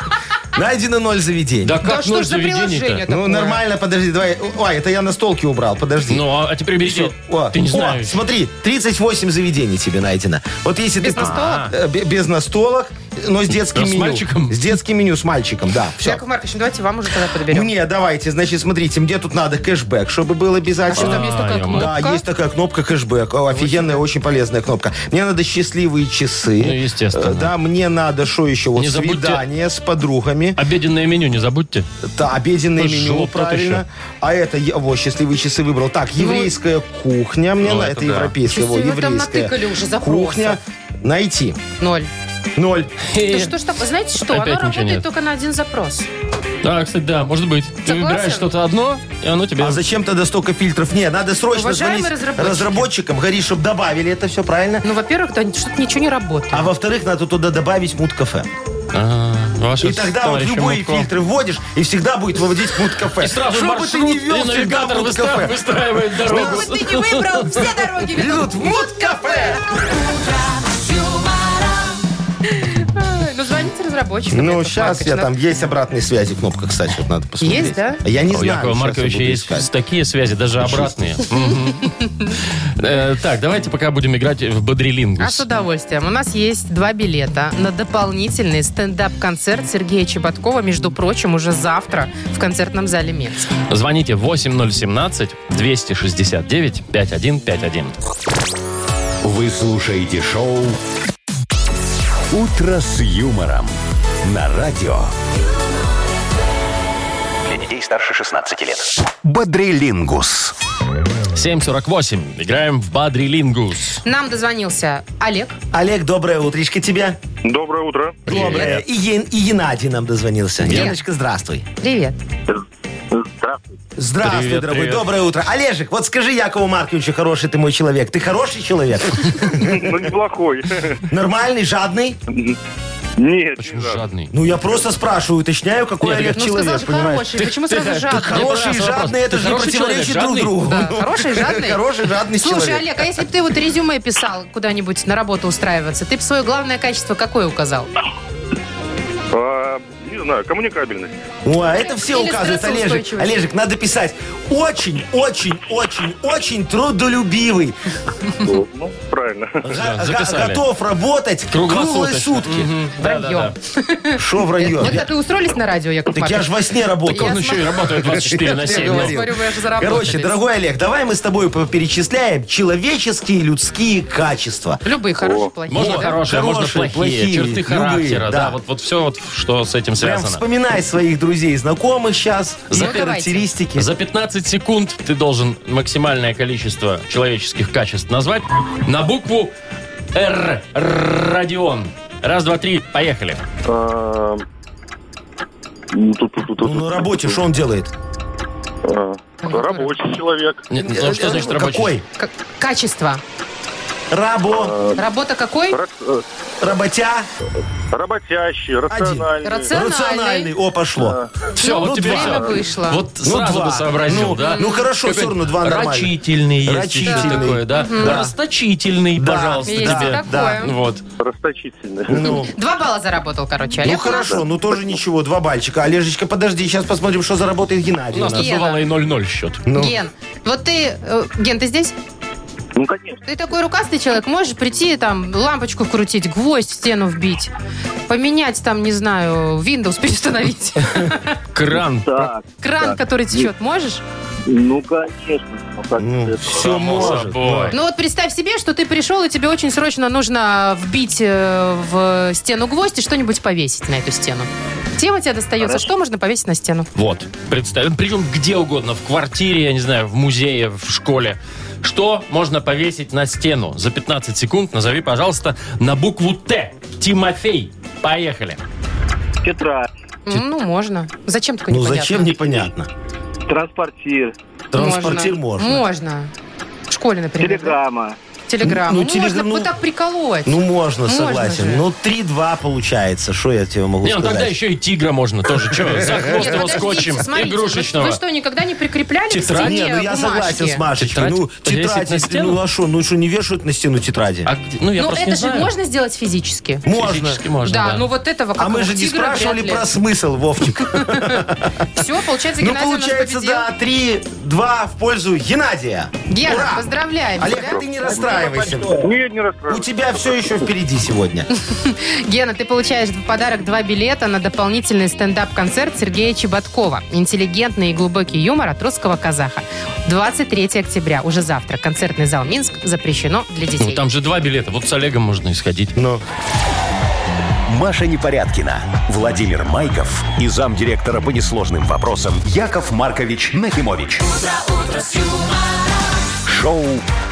[SPEAKER 3] Найдено ноль заведений.
[SPEAKER 1] да
[SPEAKER 2] Да
[SPEAKER 1] как
[SPEAKER 2] что
[SPEAKER 1] ноль
[SPEAKER 2] ж за приложение
[SPEAKER 1] заведений-то?
[SPEAKER 3] Ну,
[SPEAKER 2] такое?
[SPEAKER 3] нормально, подожди, давай. Ой, это я на столке убрал, подожди.
[SPEAKER 1] Ну, а а теперь берите.
[SPEAKER 3] О,
[SPEAKER 1] Ты не
[SPEAKER 3] о,
[SPEAKER 1] знаешь.
[SPEAKER 3] смотри, 38 заведений тебе найдено. Вот если
[SPEAKER 2] Без
[SPEAKER 3] ты...
[SPEAKER 2] настолок?
[SPEAKER 3] Э, бе- Без настолок, но с детским
[SPEAKER 1] Да, с
[SPEAKER 3] меню.
[SPEAKER 1] мальчиком?
[SPEAKER 3] С детским меню, с мальчиком, да. Все.
[SPEAKER 2] Яков Маркович, ну давайте вам уже тогда подберем.
[SPEAKER 3] Мне, давайте, значит, смотрите, мне тут надо кэшбэк, чтобы был
[SPEAKER 2] А Что
[SPEAKER 3] обязательно.
[SPEAKER 2] там есть такая
[SPEAKER 1] ё-моё.
[SPEAKER 2] кнопка?
[SPEAKER 3] Да, есть такая кнопка кэшбэк. О, Офигенная, очень полезная кнопка. Мне надо счастливые часы.
[SPEAKER 1] Ну, естественно.
[SPEAKER 3] Э, Да, мне надо что еще? Вот
[SPEAKER 1] Не забудьте-
[SPEAKER 3] свидание с подругами.
[SPEAKER 1] Обеденное меню не забудьте.
[SPEAKER 3] Та, обеденное
[SPEAKER 1] Тоже
[SPEAKER 3] меню,
[SPEAKER 1] желтот
[SPEAKER 3] правильно.
[SPEAKER 1] еще.
[SPEAKER 3] А это, я- во, счастливые часы выбрал. Так, еврейская кухня. Мне
[SPEAKER 1] Ну,
[SPEAKER 3] на
[SPEAKER 1] это
[SPEAKER 3] это
[SPEAKER 1] да.
[SPEAKER 3] европейская.
[SPEAKER 2] Чё
[SPEAKER 3] во,
[SPEAKER 2] себе Ну, вы там
[SPEAKER 3] еврейская
[SPEAKER 2] натыкали уже запросов?
[SPEAKER 3] кухня. Найти.
[SPEAKER 2] Ноль.
[SPEAKER 3] Ноль.
[SPEAKER 2] Да что ж такое? Знаете что?
[SPEAKER 1] Опять
[SPEAKER 2] Оно
[SPEAKER 1] ничего
[SPEAKER 2] работает
[SPEAKER 1] нет.
[SPEAKER 2] только на один запрос.
[SPEAKER 1] Да, кстати, да, может быть. Ты
[SPEAKER 2] Согласен?
[SPEAKER 1] выбираешь что-то одно, и оно тебе...
[SPEAKER 3] А зачем тогда столько фильтров? Не, надо срочно
[SPEAKER 2] Уважаемые
[SPEAKER 3] звонить
[SPEAKER 2] разработчики.
[SPEAKER 3] разработчикам. Говорить, чтобы добавили это все, правильно?
[SPEAKER 2] Ну, во-первых, да, что-то ничего не работает.
[SPEAKER 3] А во-вторых, надо туда добавить мут-кафе.
[SPEAKER 1] А, ваши
[SPEAKER 3] И тогда вот
[SPEAKER 1] товарищи
[SPEAKER 3] любые
[SPEAKER 1] Мутко.
[SPEAKER 3] фильтры вводишь, и всегда будет выводить мут-кафе.
[SPEAKER 1] И сразу
[SPEAKER 3] Что бы ты
[SPEAKER 1] маршрут,
[SPEAKER 3] ни
[SPEAKER 1] и
[SPEAKER 3] вел, всегда
[SPEAKER 1] навигатор выстра-
[SPEAKER 3] мут-кафе.
[SPEAKER 1] выстраивает
[SPEAKER 2] Что бы
[SPEAKER 1] дорогу.
[SPEAKER 2] ты не выбрал, все дороги ведут
[SPEAKER 3] Ведут
[SPEAKER 2] в
[SPEAKER 3] в
[SPEAKER 2] мут-кафе. Ну, звоните разработчиков.
[SPEAKER 3] Ну,
[SPEAKER 2] Яков
[SPEAKER 3] сейчас я
[SPEAKER 2] Маркович,
[SPEAKER 3] там есть обратные связи кнопка, кстати, вот надо посмотреть. А
[SPEAKER 2] Есть, да?
[SPEAKER 3] Я не
[SPEAKER 1] У
[SPEAKER 3] знаю.
[SPEAKER 1] Якова
[SPEAKER 3] щас я
[SPEAKER 1] Марковича
[SPEAKER 3] буду
[SPEAKER 1] есть
[SPEAKER 3] искать.
[SPEAKER 1] такие связи, даже обратные. Мгм. Э, Так, давайте пока будем играть в
[SPEAKER 2] А с
[SPEAKER 1] бодрилингус.
[SPEAKER 2] удовольствием. У нас есть два билета на дополнительный стендап-концерт Сергея Чеботкова, между прочим, уже завтра в концертном зале Минск.
[SPEAKER 1] Звоните 8017-269-5151.
[SPEAKER 4] Вы слушаете шоу «Утро с юмором» на радио.
[SPEAKER 6] Для детей старше 16 лет.
[SPEAKER 4] Бодрилингус.
[SPEAKER 1] 748. Играем в бодрилингус.
[SPEAKER 2] Нам дозвонился Олег.
[SPEAKER 3] Олег, доброе утречко тебе.
[SPEAKER 7] Доброе утро.
[SPEAKER 3] Доброе. И, Ен- и Геннадий нам дозвонился. Леночка, здравствуй.
[SPEAKER 2] Привет.
[SPEAKER 7] Здравствуйте.
[SPEAKER 3] Здравствуй,
[SPEAKER 1] Привет,
[SPEAKER 3] дорогой.
[SPEAKER 1] привет.
[SPEAKER 3] Доброе утро. Олежек, вот скажи Якову Марковичу, хороший ты мой человек. Ты хороший человек?
[SPEAKER 7] Ну, неплохой.
[SPEAKER 3] Нормальный, жадный?
[SPEAKER 7] Нет,
[SPEAKER 1] Почему
[SPEAKER 7] не знаю.
[SPEAKER 1] жадный?
[SPEAKER 3] Ну, я просто спрашиваю, уточняю, какой
[SPEAKER 1] Нет,
[SPEAKER 3] Олег
[SPEAKER 2] Ну, сказал
[SPEAKER 3] человек,
[SPEAKER 2] же
[SPEAKER 3] понимаешь?
[SPEAKER 2] хороший. Почему сразу
[SPEAKER 1] хороший.
[SPEAKER 2] жадный?
[SPEAKER 3] Хороший и
[SPEAKER 1] понравился вопрос.
[SPEAKER 3] жадный, это
[SPEAKER 1] Ты
[SPEAKER 3] же не
[SPEAKER 1] хороший человек,
[SPEAKER 3] противоречит друг
[SPEAKER 1] жадный?
[SPEAKER 3] другу. Ну,
[SPEAKER 2] Да, хороший, жадный.
[SPEAKER 3] Хороший, жадный
[SPEAKER 2] Слушай,
[SPEAKER 3] человек.
[SPEAKER 2] Олег, а если бы ты вот резюме писал куда-нибудь на работу устраиваться, ты бы свое главное качество какое указал?
[SPEAKER 7] А, Не знаю, коммуникабельность.
[SPEAKER 3] Ой, а это все
[SPEAKER 2] Или
[SPEAKER 3] указывает, Олежек.
[SPEAKER 2] стрессоустойчивость.
[SPEAKER 3] Олежек, надо писать. Очень, очень, очень, очень трудолюбивый.
[SPEAKER 7] Ну, правильно.
[SPEAKER 3] Га-
[SPEAKER 1] записали.
[SPEAKER 3] га- Готов работать круглые
[SPEAKER 1] Круглосуточно.
[SPEAKER 3] сутки.
[SPEAKER 1] Мгм, да-да-да.
[SPEAKER 3] Шо вранье?
[SPEAKER 2] Вот
[SPEAKER 3] Я-
[SPEAKER 2] как вы устроились на радио, Яков
[SPEAKER 3] Так я
[SPEAKER 2] Маркович?
[SPEAKER 3] же во сне работал.
[SPEAKER 1] Он еще и работает 24 на
[SPEAKER 3] Я
[SPEAKER 1] 7.
[SPEAKER 3] говорил.
[SPEAKER 2] Смотрю, вы аж заработались.
[SPEAKER 3] Короче, дорогой Олег, давай мы с тобой перечисляем человеческие и людские качества.
[SPEAKER 2] Любые хорошие, плохие.
[SPEAKER 1] Можно
[SPEAKER 2] да?
[SPEAKER 1] хорошие, а можно
[SPEAKER 3] Хорошие,
[SPEAKER 1] плохие,
[SPEAKER 3] плохие,
[SPEAKER 1] черты
[SPEAKER 3] любые,
[SPEAKER 1] характера, да.
[SPEAKER 3] да.
[SPEAKER 1] вот, вот все, вот, что с этим
[SPEAKER 3] Прям
[SPEAKER 1] связано.
[SPEAKER 3] вспоминай своих друзей и знакомых сейчас.
[SPEAKER 2] За-
[SPEAKER 3] За
[SPEAKER 2] Ну, давайте.
[SPEAKER 3] характеристики.
[SPEAKER 1] За 15 секунд ты должен максимальное количество человеческих качеств назвать на букву Р. Р- Родион. Раз, два, три, поехали.
[SPEAKER 7] А, ну, тут, тут, тут,
[SPEAKER 3] Ну, на
[SPEAKER 7] тут.
[SPEAKER 3] работе что он делает?
[SPEAKER 7] А, Рабочий человек.
[SPEAKER 1] Не- Ну, что значит рабочий?
[SPEAKER 3] Э, Какой?
[SPEAKER 2] К- Качество.
[SPEAKER 7] А.
[SPEAKER 3] Рабо,
[SPEAKER 2] Работа какой?
[SPEAKER 7] Ра- э,
[SPEAKER 3] работя,
[SPEAKER 7] Работящий, рациональный.
[SPEAKER 2] Раци- Рациональный.
[SPEAKER 3] рациональный. О, пошло.
[SPEAKER 1] Все,
[SPEAKER 3] Ну,
[SPEAKER 1] вот тебе
[SPEAKER 3] два.
[SPEAKER 2] Время
[SPEAKER 1] всё.
[SPEAKER 2] вышло.
[SPEAKER 1] Вот сразу
[SPEAKER 3] два.
[SPEAKER 1] бы сообразил,
[SPEAKER 3] Ну,
[SPEAKER 1] да?
[SPEAKER 3] ну, хорошо, всё равно два
[SPEAKER 1] Какой-нибудь
[SPEAKER 3] нормально.
[SPEAKER 1] Рачительный есть
[SPEAKER 3] Рачительный.
[SPEAKER 1] еще такое, да?
[SPEAKER 3] Да.
[SPEAKER 1] Расточительный,
[SPEAKER 3] Да,
[SPEAKER 1] пожалуйста,
[SPEAKER 2] Есть и
[SPEAKER 1] тебе.
[SPEAKER 2] такое.
[SPEAKER 3] да.
[SPEAKER 1] Вот.
[SPEAKER 7] Расточительный.
[SPEAKER 3] Ну,
[SPEAKER 2] Два балла заработал, короче,
[SPEAKER 3] ну
[SPEAKER 2] Олег.
[SPEAKER 3] хорошо, ну тоже ничего, два бальчика. Олежечка, подожди, сейчас посмотрим, что заработает
[SPEAKER 1] У
[SPEAKER 3] Геннадий.
[SPEAKER 1] нас тут
[SPEAKER 2] Гена.
[SPEAKER 1] бывало и 0-0 счет.
[SPEAKER 3] Ну.
[SPEAKER 2] Ген, вот ты, э, Ген, ты здесь?
[SPEAKER 7] Ну, конечно.
[SPEAKER 2] Ты такой рукастый человек, можешь прийти там лампочку крутить, гвоздь в стену вбить, поменять там, не знаю, Windows перестановить,
[SPEAKER 1] Кран.
[SPEAKER 7] Так,
[SPEAKER 2] кран, который течет, можешь?
[SPEAKER 7] ну, конечно. Ну, как
[SPEAKER 3] Ну,
[SPEAKER 7] это?
[SPEAKER 3] все
[SPEAKER 1] Само
[SPEAKER 3] может.
[SPEAKER 1] собой.
[SPEAKER 2] Ну вот представь себе, что ты пришел, и тебе очень срочно нужно вбить э, в стену гвоздь и что-нибудь повесить на эту стену. Тема тебе достается, что можно повесить на стену?
[SPEAKER 1] Вот. Представим. Причем где угодно. В квартире, я не знаю, в музее, в школе. Что можно повесить на стену? За 15 секунд назови, пожалуйста, на букву Т. Тимофей. Поехали.
[SPEAKER 7] Тетрадь,
[SPEAKER 2] М, Ну, можно. Зачем такое
[SPEAKER 3] Ну
[SPEAKER 2] непонятно?
[SPEAKER 3] зачем, непонятно.
[SPEAKER 7] транспортир,
[SPEAKER 3] Транспортир можно.
[SPEAKER 2] Можно. В школе, например.
[SPEAKER 7] телеграмма.
[SPEAKER 2] да? Телеграмма.
[SPEAKER 3] Ну,
[SPEAKER 2] можно
[SPEAKER 3] телеграм-
[SPEAKER 2] бы
[SPEAKER 3] ну-
[SPEAKER 2] так приколоть.
[SPEAKER 3] Ну можно,
[SPEAKER 2] Можно
[SPEAKER 3] согласен.
[SPEAKER 2] же.
[SPEAKER 3] Ну 3-2 получается, что я тебе могу
[SPEAKER 1] Не, ну тогда
[SPEAKER 3] сказать.
[SPEAKER 1] еще и тигра можно тоже. Че, за хвост
[SPEAKER 2] Нет,
[SPEAKER 1] его
[SPEAKER 2] подождите,
[SPEAKER 1] скотчем
[SPEAKER 2] смотрите, вы-
[SPEAKER 1] игрушечного.
[SPEAKER 2] Вы, что, никогда не прикрепляли к
[SPEAKER 1] Тетрадь?
[SPEAKER 2] стене
[SPEAKER 3] Не, ну я
[SPEAKER 2] бумажки?
[SPEAKER 3] согласен с Машечкой.
[SPEAKER 1] Тетрадь
[SPEAKER 3] Ну,
[SPEAKER 1] повесить на
[SPEAKER 3] тетради,
[SPEAKER 1] стену?
[SPEAKER 3] ну а что, ну что, не вешают на стену тетради?
[SPEAKER 1] А где- ну, я
[SPEAKER 2] Ну,
[SPEAKER 1] просто
[SPEAKER 2] это
[SPEAKER 1] не
[SPEAKER 2] же
[SPEAKER 1] знаю.
[SPEAKER 2] можно сделать физически.
[SPEAKER 3] Можно.
[SPEAKER 1] Физически можно,
[SPEAKER 2] да,
[SPEAKER 1] да.
[SPEAKER 2] ну вот этого как
[SPEAKER 3] А мы же не спрашивали про смысл, Вовчик.
[SPEAKER 2] Все, получается,
[SPEAKER 3] Ну,
[SPEAKER 2] Геннадий у нас
[SPEAKER 3] получается,
[SPEAKER 2] победил.
[SPEAKER 3] да, 3-2 в пользу Геннадия.
[SPEAKER 2] Гена,
[SPEAKER 3] Ура!
[SPEAKER 2] поздравляем тебя.
[SPEAKER 3] Олег, ты не расстраивайся.
[SPEAKER 7] Нет, не
[SPEAKER 3] У
[SPEAKER 7] расстраивайся.
[SPEAKER 3] тебя все еще впереди сегодня.
[SPEAKER 2] Гена, ты получаешь в подарок два билета на дополнительный стендап-концерт Сергея Чеботкова. Интеллигентный и глубокий юмор от русского казаха. 23 октября, уже завтра. Концертный зал Минск запрещено для детей.
[SPEAKER 1] Ну, там же два билета. Вот с Олегом можно исходить.
[SPEAKER 3] Ну,
[SPEAKER 4] Маша Непорядкина, Владимир Майков и замдиректора по несложным вопросам Яков Маркович Нахимович. Шоу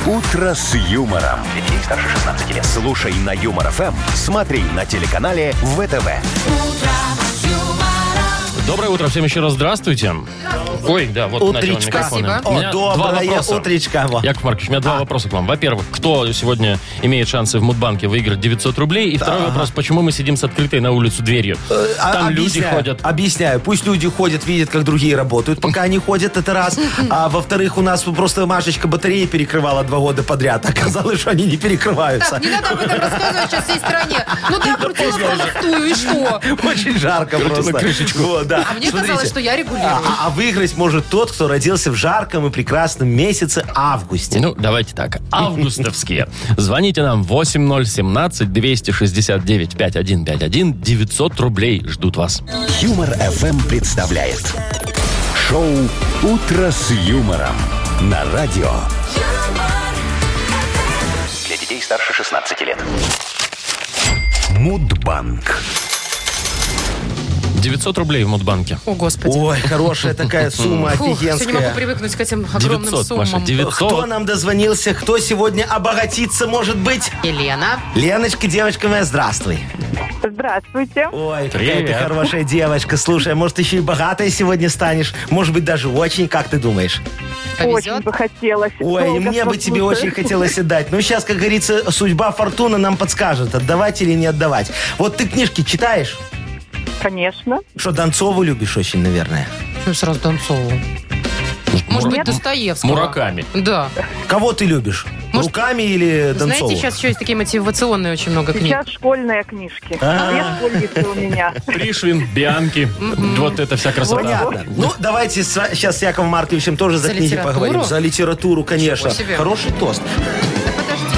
[SPEAKER 4] «Утро с юмором». Детей старше 16 лет. Слушай на Эм, Юмор ФМ, смотри на телеканале ВТВ.
[SPEAKER 1] Доброе утро, всем еще раз здравствуйте. Ой, да, вот начал
[SPEAKER 3] Утречка.
[SPEAKER 1] микрофон.
[SPEAKER 2] Спасибо.
[SPEAKER 1] У
[SPEAKER 3] О,
[SPEAKER 1] меня два
[SPEAKER 3] доброе
[SPEAKER 1] вопроса.
[SPEAKER 3] утречко. Во.
[SPEAKER 1] Яков Маркович, у меня два вопроса к вам. Во-первых, кто сегодня имеет шансы в Мудбанке выиграть 900 рублей? И второй вопрос, почему мы сидим с открытой на улицу дверью?
[SPEAKER 3] А-
[SPEAKER 1] Там люди
[SPEAKER 3] объясняю,
[SPEAKER 1] ходят.
[SPEAKER 3] Объясняю. Пусть люди ходят, видят, как другие работают, пока они ходят, это раз. А во-вторых, у нас просто Машечка батареи перекрывала два года подряд. Оказалось, что они не перекрываются.
[SPEAKER 2] Так, не надо об этом рассказывать сейчас всей стране. Ну да, крутила холостую, и что?
[SPEAKER 3] Очень жарко просто. крышечку. да.
[SPEAKER 2] А мне
[SPEAKER 3] Смотрите.
[SPEAKER 2] казалось, что я
[SPEAKER 3] А,
[SPEAKER 2] регулирую.
[SPEAKER 3] а- а выиграть может тот, кто родился в жарком и прекрасном месяце августе.
[SPEAKER 1] Ну, давайте так. Августовские. Звоните нам 8017-269-5151. 900 рублей ждут вас.
[SPEAKER 4] Юмор FM представляет шоу Утро с юмором на радио.
[SPEAKER 6] Для детей старше 16 лет.
[SPEAKER 4] Мудбанк.
[SPEAKER 1] 900 рублей в Мудбанке.
[SPEAKER 2] О, Господи.
[SPEAKER 3] Ой, хорошая такая сумма
[SPEAKER 2] Фух, все не могу
[SPEAKER 3] офигенская.
[SPEAKER 2] привыкнуть к этим огромным
[SPEAKER 1] 900, Маша,
[SPEAKER 2] суммам.
[SPEAKER 1] 900.
[SPEAKER 3] Кто нам дозвонился? Кто сегодня обогатится, может быть?
[SPEAKER 2] Елена.
[SPEAKER 3] Леночка, девочка моя, здравствуй.
[SPEAKER 8] Здравствуйте.
[SPEAKER 3] Ой, какая ты
[SPEAKER 1] Привет.
[SPEAKER 3] хорошая девочка. Слушай, а может, еще и богатая сегодня станешь? Может быть, даже очень, как ты думаешь?
[SPEAKER 8] Очень
[SPEAKER 2] Повезет.
[SPEAKER 8] бы хотелось.
[SPEAKER 3] Ой,
[SPEAKER 8] Долго
[SPEAKER 3] мне бы тебе
[SPEAKER 8] слушаю.
[SPEAKER 3] очень хотелось и дать. Ну, сейчас, как говорится, судьба, фортуна нам подскажет, отдавать или не отдавать. Вот ты книжки читаешь?
[SPEAKER 8] Конечно.
[SPEAKER 3] Что, Донцову любишь очень, наверное.
[SPEAKER 2] Ну, сразу Донцову. Может быть, Достоевского.
[SPEAKER 1] Мураками.
[SPEAKER 2] Да.
[SPEAKER 3] Кого ты любишь?
[SPEAKER 2] Может,
[SPEAKER 3] Руками или Донцову?
[SPEAKER 2] Знаете, сейчас еще есть такие мотивационные очень много книг.
[SPEAKER 8] Сейчас школьные книжки.
[SPEAKER 3] А.
[SPEAKER 8] Две школьницы у меня.
[SPEAKER 1] Пришвин, Бианки. Вот это вся красота.
[SPEAKER 3] Понятно. Ну, давайте сейчас с Яковом Марковичем тоже за,
[SPEAKER 2] За
[SPEAKER 3] книги
[SPEAKER 2] литературу?
[SPEAKER 3] поговорим. За литературу, конечно.
[SPEAKER 2] Ничего себе.
[SPEAKER 3] Хороший тост.
[SPEAKER 2] Да подождите.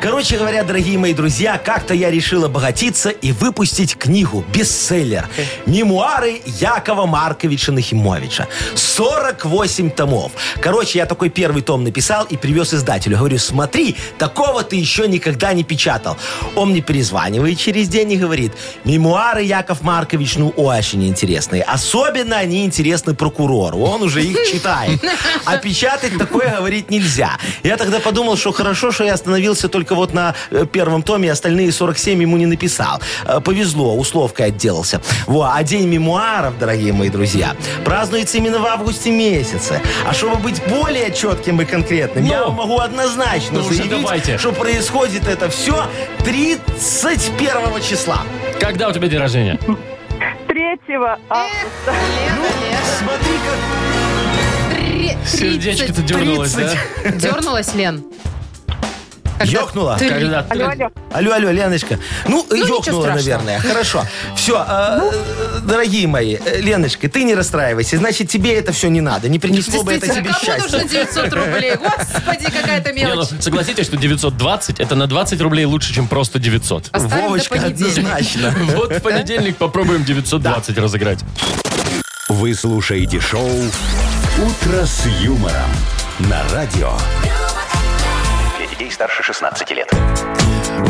[SPEAKER 3] Короче говоря, дорогие мои друзья, как-то я решил обогатиться и выпустить книгу, бестселлер. Мемуары Якова Марковича Нахимовича. 48 томов. Короче, я такой первый том написал и привез издателю. Говорю, смотри, такого ты еще никогда не печатал. Он мне перезванивает через день и говорит, мемуары Яков Маркович, ну, очень интересные. Особенно они интересны прокурору. Он уже их читает. А печатать такое, говорит, нельзя. Я тогда подумал, что хорошо, что я остановился только вот на э, первом томе, остальные 47 ему не написал. Э, Повезло, условкой отделался. Во, а день мемуаров, дорогие мои друзья, празднуется именно в августе месяце. А чтобы быть более четким и конкретным, я
[SPEAKER 1] Ну?
[SPEAKER 3] вам могу однозначно
[SPEAKER 1] Ну уже
[SPEAKER 3] заявить,
[SPEAKER 1] давайте.
[SPEAKER 3] что происходит это все 31 числа.
[SPEAKER 1] Когда у тебя день рождения?
[SPEAKER 8] Третьего А, августа.
[SPEAKER 2] Лена,
[SPEAKER 3] Смотри, как
[SPEAKER 2] Лена. Три-
[SPEAKER 1] Сердечко-то дернулось, да?
[SPEAKER 3] 30.
[SPEAKER 2] тридцать. Дернулась, Лен. Когда
[SPEAKER 3] Ёкнула?
[SPEAKER 2] ты-
[SPEAKER 1] Когда ты-
[SPEAKER 8] Алло, алло.
[SPEAKER 3] Алло, алло, Леночка. Ну,
[SPEAKER 2] ничего
[SPEAKER 3] ёкнула,
[SPEAKER 2] страшного. Ну?
[SPEAKER 3] наверное. Хорошо. Все, дорогие мои, э, Леночка, ты не расстраивайся. Значит, тебе это все не надо. Не принесло бы это
[SPEAKER 2] Действительно,
[SPEAKER 3] тебе
[SPEAKER 2] кому нужно
[SPEAKER 3] счастье.
[SPEAKER 2] 900 рублей? Господи, какая-то
[SPEAKER 1] Не, ну,
[SPEAKER 2] мелочь.
[SPEAKER 1] согласитесь, что 920 это на 20 рублей лучше, чем просто 900.
[SPEAKER 2] Оставим до
[SPEAKER 3] Вовочка,
[SPEAKER 2] понедельника.
[SPEAKER 3] однозначно.
[SPEAKER 1] Вот в понедельник попробуем 920 разыграть.
[SPEAKER 4] Вы слушаете шоу Утро с юмором на радио.
[SPEAKER 6] Для детей старше 16 лет.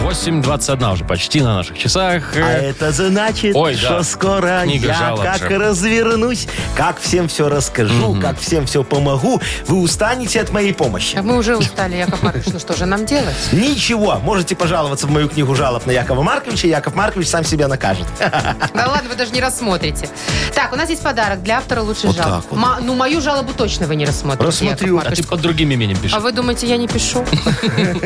[SPEAKER 1] 8.21 уже почти на наших часах.
[SPEAKER 3] А это значит,
[SPEAKER 1] Э, Ой, да.
[SPEAKER 3] что скоро
[SPEAKER 1] Книга
[SPEAKER 3] я
[SPEAKER 1] жалоб
[SPEAKER 3] как
[SPEAKER 1] же.
[SPEAKER 3] развернусь, как всем все расскажу, как всем все помогу. Вы устанете от моей помощи.
[SPEAKER 2] А Мы уже устали, Яков Маркович. Ну что же нам делать?
[SPEAKER 3] Ничего, можете пожаловаться в мою книгу жалоб на Якова Марковича, Яков Маркович сам себя накажет.
[SPEAKER 2] Да ладно, вы даже не рассмотрите. Так, у нас есть подарок для автора лучших
[SPEAKER 3] Вот
[SPEAKER 2] жалоб.
[SPEAKER 3] так вот.
[SPEAKER 2] Ма- ну, мою жалобу точно вы не рассмотрите.
[SPEAKER 3] Рассмотрю.
[SPEAKER 2] Яков
[SPEAKER 1] А ты
[SPEAKER 2] Маркович.
[SPEAKER 1] под другим именем пишешь.
[SPEAKER 2] А вы думаете, я не пишу?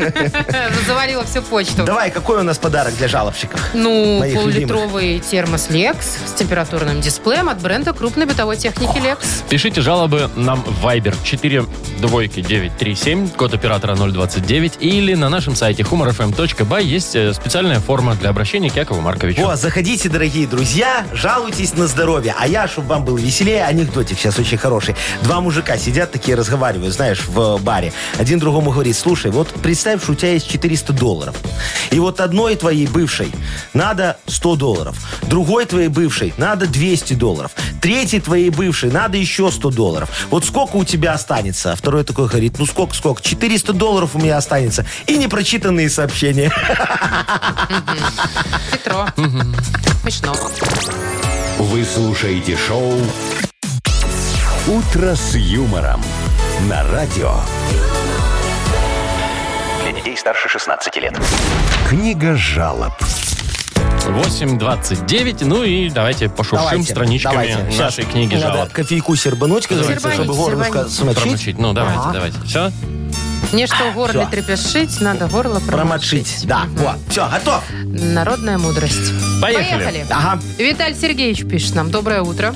[SPEAKER 2] Завалила всю почту.
[SPEAKER 3] Давай, какой у нас подарок для жалобщиков?
[SPEAKER 2] Ну,
[SPEAKER 3] Моих
[SPEAKER 2] полулитровый термос Lex с температурным дисплеем от бренда крупной бытовой техники Lex.
[SPEAKER 1] Пишите жалобы нам в Viber 4 двойки 937, код оператора 029, или на нашем сайте humorfm.by есть э, специальная форма для обращения к Якову Марковичу.
[SPEAKER 3] О, заходите, дорогие друзья, жалуйтесь на здоровье. А я, чтобы вам было веселее, анекдотик сейчас очень хороший. Два мужика сидят такие, разговаривают, знаешь, в э, баре. Один другому говорит, слушай, вот представь, что у тебя есть 400 долларов. И вот одной твоей бывшей надо 100 долларов. Другой твоей бывшей надо 200 долларов. Третьей твоей бывшей надо еще 100 долларов. Вот сколько у тебя останется? А второй такой говорит, ну сколько, сколько? 400 долларов у меня останется. И непрочитанные сообщения.
[SPEAKER 2] Петро. Смешно.
[SPEAKER 4] Вы слушаете шоу Утро с юмором на радио.
[SPEAKER 6] Для детей детей старше 16 лет.
[SPEAKER 4] Книга жалоб.
[SPEAKER 1] 8.29. Ну и давайте пошуршим
[SPEAKER 3] Давайте,
[SPEAKER 1] страничками
[SPEAKER 3] давайте. Щас.
[SPEAKER 1] нашей книги
[SPEAKER 3] Надо
[SPEAKER 1] жалоб.
[SPEAKER 3] кофейку сербануть, как говорится,
[SPEAKER 2] Сербаните,
[SPEAKER 3] чтобы горлышко
[SPEAKER 2] сербаните.
[SPEAKER 3] смочить.
[SPEAKER 1] Промочить. Ну, давайте, давайте. Все?
[SPEAKER 2] Не что горле
[SPEAKER 3] всё.
[SPEAKER 2] трепешить, надо горло
[SPEAKER 3] Промочить.
[SPEAKER 2] промочить.
[SPEAKER 3] Да, вот. Все, готов.
[SPEAKER 2] Народная мудрость.
[SPEAKER 1] Поехали.
[SPEAKER 3] Ага.
[SPEAKER 2] Виталий Сергеевич пишет нам. Доброе утро.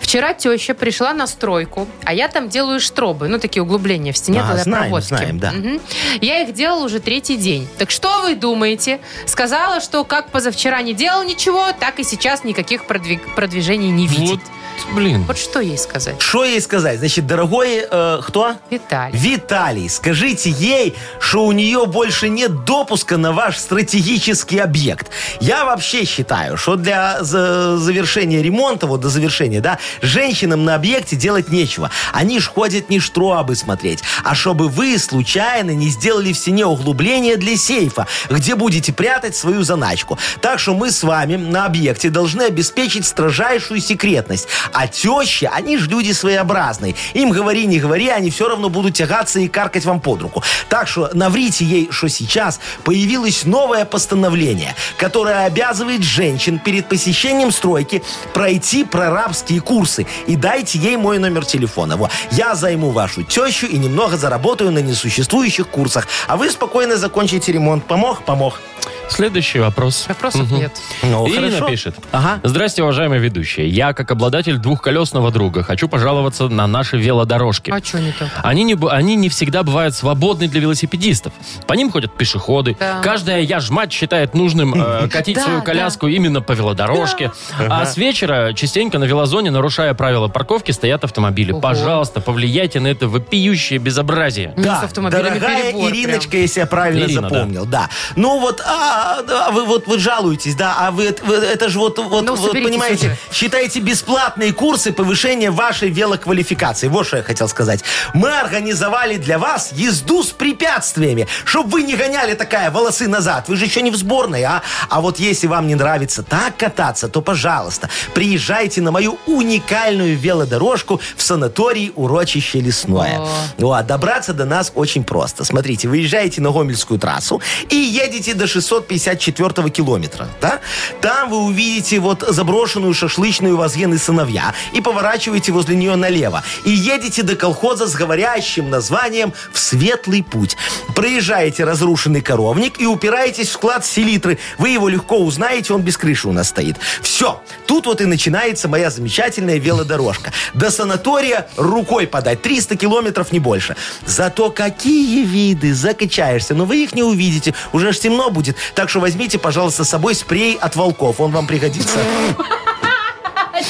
[SPEAKER 2] Вчера теща пришла на стройку, а я там делаю штробы, ну, такие углубления в стене
[SPEAKER 3] А,
[SPEAKER 2] для
[SPEAKER 3] знаем,
[SPEAKER 2] проводки.
[SPEAKER 3] знаем, да.
[SPEAKER 2] Мгм. Я их делала уже третий день. Так что вы думаете? Сказала, что как позавчера не делал ничего, так и сейчас никаких продвиг- продвижений не видит.
[SPEAKER 1] Вот, блин.
[SPEAKER 2] Вот что ей сказать?
[SPEAKER 3] Что ей сказать? Значит, дорогой, э, кто?
[SPEAKER 2] Виталий.
[SPEAKER 3] Виталий, скажите ей, что у нее больше нет допуска на ваш стратегический объект. Я вообще считаю, что для за- завершения ремонта, вот до завершения, да, женщинам на объекте делать нечего. Они ж ходят не штробы смотреть, а чтобы вы случайно не сделали в стене углубление для сейфа, где будете прятать свою заначку. Так что мы с вами на объекте должны обеспечить строжайшую секретность. А тещи, они же люди своеобразные. Им говори, не говори, они все равно будут тягаться и каркать вам под руку. Так что наврите ей, что сейчас появилось новое постановление, которое обязывает женщин перед посещением стройки пройти прорабские курсы. И дайте ей мой номер телефона. Во. Я займу вашу тещу и немного заработаю на несуществующих курсах. А вы спокойно закончите ремонт. Помог? Помог.
[SPEAKER 1] Следующий вопрос.
[SPEAKER 2] Вопросов нет.
[SPEAKER 3] Ну,
[SPEAKER 1] Ирина
[SPEAKER 3] хорошо.
[SPEAKER 1] пишет.
[SPEAKER 3] Ага.
[SPEAKER 1] Здрасте, уважаемые ведущие. Я, как обладатель двухколесного друга, хочу пожаловаться на наши велодорожки.
[SPEAKER 2] А что не то?
[SPEAKER 1] Они не, бу- они не всегда бывают свободны для велосипедистов. По ним ходят пешеходы.
[SPEAKER 2] Да.
[SPEAKER 1] Каждая яжмать считает нужным э, катить
[SPEAKER 2] Да,
[SPEAKER 1] свою
[SPEAKER 2] да.
[SPEAKER 1] коляску именно по велодорожке. А с вечера частенько на велозоне, нарушая правила парковки, стоят автомобили.
[SPEAKER 2] Ого.
[SPEAKER 1] Пожалуйста, повлияйте на это вопиющее безобразие.
[SPEAKER 2] Ну,
[SPEAKER 3] Да,
[SPEAKER 2] с автомобилями
[SPEAKER 3] дорогая
[SPEAKER 2] перебор прям.
[SPEAKER 3] Ириночка, если я правильно
[SPEAKER 1] Ирина, да.
[SPEAKER 3] запомнил, да. Ну вот, а, а, вы вот вы жалуетесь, да, а вы, это- вы- это же вот, вот,
[SPEAKER 2] Ну,
[SPEAKER 3] вот,
[SPEAKER 2] соберитесь
[SPEAKER 3] понимаете,
[SPEAKER 2] уже.
[SPEAKER 3] считаете бесплатные курсы повышения вашей велоквалификации. Вот что я хотел сказать. Мы организовали для вас езду с препятствиями, чтобы вы не гоняли такая волосы назад. Вы же еще не в сборной, а? А вот если вам не нравится так кататься, то, пожалуйста, приезжайте на мою уникальную велодорожку в санатории урочище лесное. Ну, а добраться до нас очень просто. Смотрите, выезжаете на Гомельскую трассу и едете до 654 километра, да? Там вы увидите вот заброшенную шашлычную Вазген и сыновья и поворачиваете возле нее налево. И едете до колхоза с говорящим названием «В светлый путь». Проезжаете разрушенный коровник и упираетесь в склад селитры. Вы его легко узнаете, он без крыши у нас стоит. Все. Тут вот и начинается моя замечательная велодорожка. До санатория рукой подать. 300 километров, не больше. Зато какие виды закачаешься. Но вы их не увидите. Уже ж темно будет. Так что возьмите, пожалуйста, с собой спрей от волков. Он вам пригодится.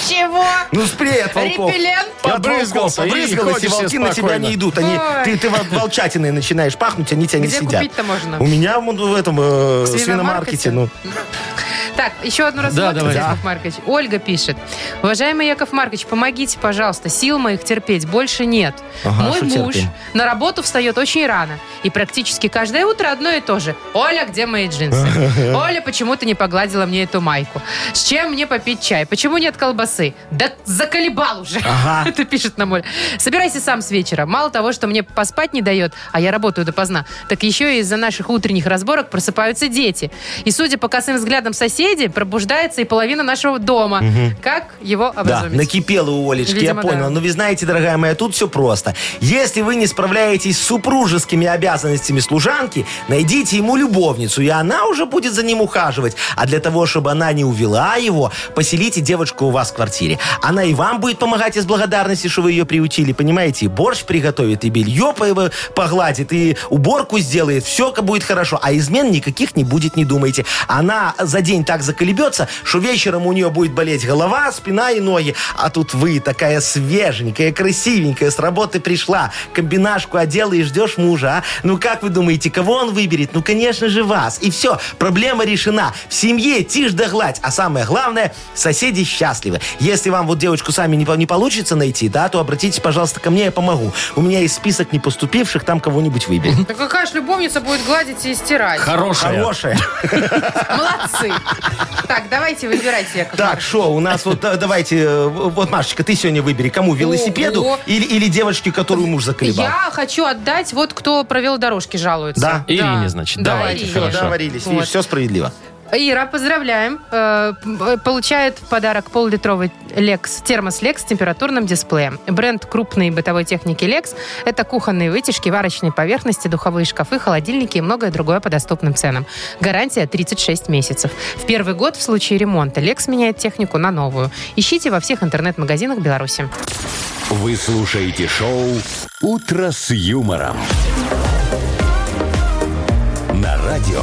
[SPEAKER 2] Чего?
[SPEAKER 3] Ну, спрей от волков.
[SPEAKER 2] Репеллент?
[SPEAKER 3] Побрызгался,
[SPEAKER 1] От волков, и
[SPEAKER 3] побрызгалась, и,
[SPEAKER 1] ходишь
[SPEAKER 3] волки
[SPEAKER 1] себе
[SPEAKER 3] на тебя
[SPEAKER 1] спокойно.
[SPEAKER 3] не идут. Они,
[SPEAKER 2] Ой.
[SPEAKER 3] ты, ты вол- волчатиной начинаешь пахнуть, они тебя не
[SPEAKER 2] Где
[SPEAKER 3] съедят.
[SPEAKER 2] купить-то можно?
[SPEAKER 3] У меня вон в этом э,
[SPEAKER 2] В свиномаркете?
[SPEAKER 3] свиномаркете. Ну,
[SPEAKER 2] Так, еще одну раз
[SPEAKER 1] Да, давай.
[SPEAKER 2] Яков Маркович. Ольга пишет. Уважаемый Яков Маркович, помогите, пожалуйста. Сил моих терпеть больше нет.
[SPEAKER 3] Ага,
[SPEAKER 2] Мой
[SPEAKER 3] что
[SPEAKER 2] муж
[SPEAKER 3] терпим?
[SPEAKER 2] на работу встает очень рано. И практически каждое утро одно и то же. Оля, где мои джинсы? Оля почему-то не погладила мне эту майку. С чем мне попить чай? Почему нет колбасы? Да заколебал уже.
[SPEAKER 3] Ага.
[SPEAKER 2] Это пишет нам Оля. Собирайся сам с вечера. Мало того, что мне поспать не дает, а я работаю допоздна, так еще и из-за наших утренних разборок просыпаются дети. И, судя по косым взглядам соседей, пробуждается и половина нашего дома. Как его
[SPEAKER 3] да,
[SPEAKER 2] образумить?
[SPEAKER 3] накипело у Олечки,
[SPEAKER 2] Видимо,
[SPEAKER 3] я понял.
[SPEAKER 2] да.
[SPEAKER 3] Но вы знаете, дорогая моя, тут все просто. Если вы не справляетесь с супружескими обязанностями служанки, найдите ему любовницу, и она уже будет за ним ухаживать. А для того, чтобы она не увела его, поселите девочку у вас в квартире. Она и вам будет помогать из благодарности, что вы ее приутили, понимаете? И борщ приготовит, и белье по- погладит, и уборку сделает. Все будет хорошо. А измен никаких не будет, не думайте. Она за день так заколебется, что вечером у нее будет болеть голова, спина и ноги. А тут вы такая свеженькая, красивенькая, с работы пришла, комбинашку одела и ждешь мужа, а? Ну как вы думаете, кого он выберет? Ну, конечно же, вас. И все, проблема решена. В семье тишь да гладь. А самое главное, соседи счастливы. Если вам вот девочку сами не, по- не получится найти, да, то обратитесь, пожалуйста, ко мне, я помогу. У меня есть список не поступивших, там кого-нибудь выберем.
[SPEAKER 2] Да какая ж любовница будет гладить и стирать?
[SPEAKER 1] Хорошая.
[SPEAKER 3] Хорошая.
[SPEAKER 2] Молодцы. Так, давайте выбирайте, Яков
[SPEAKER 3] Так, шо, у нас вот э, давайте, э, вот, Машечка, ты сегодня выбери, кому велосипеду
[SPEAKER 2] Ого.
[SPEAKER 3] или, или девочке, которую муж заколебал.
[SPEAKER 2] Я хочу отдать вот кто про велодорожки жалуется.
[SPEAKER 3] Да.
[SPEAKER 1] Ирине, значит,
[SPEAKER 2] Да,
[SPEAKER 1] давайте,
[SPEAKER 2] Ирине.
[SPEAKER 1] хорошо.
[SPEAKER 3] Договорились,
[SPEAKER 2] Вот.
[SPEAKER 3] все справедливо.
[SPEAKER 2] Ира, поздравляем. Э, п- Получает в подарок пол-литровый Lex, термос Lex с температурным дисплеем. Бренд крупной бытовой техники Lex – это кухонные вытяжки, варочные поверхности, духовые шкафы, холодильники и многое другое по доступным ценам. Гарантия 36 месяцев. В первый год в случае ремонта Lex меняет технику на новую. Ищите во всех интернет-магазинах Беларуси.
[SPEAKER 4] Вы слушаете шоу «Утро с юмором». На радио.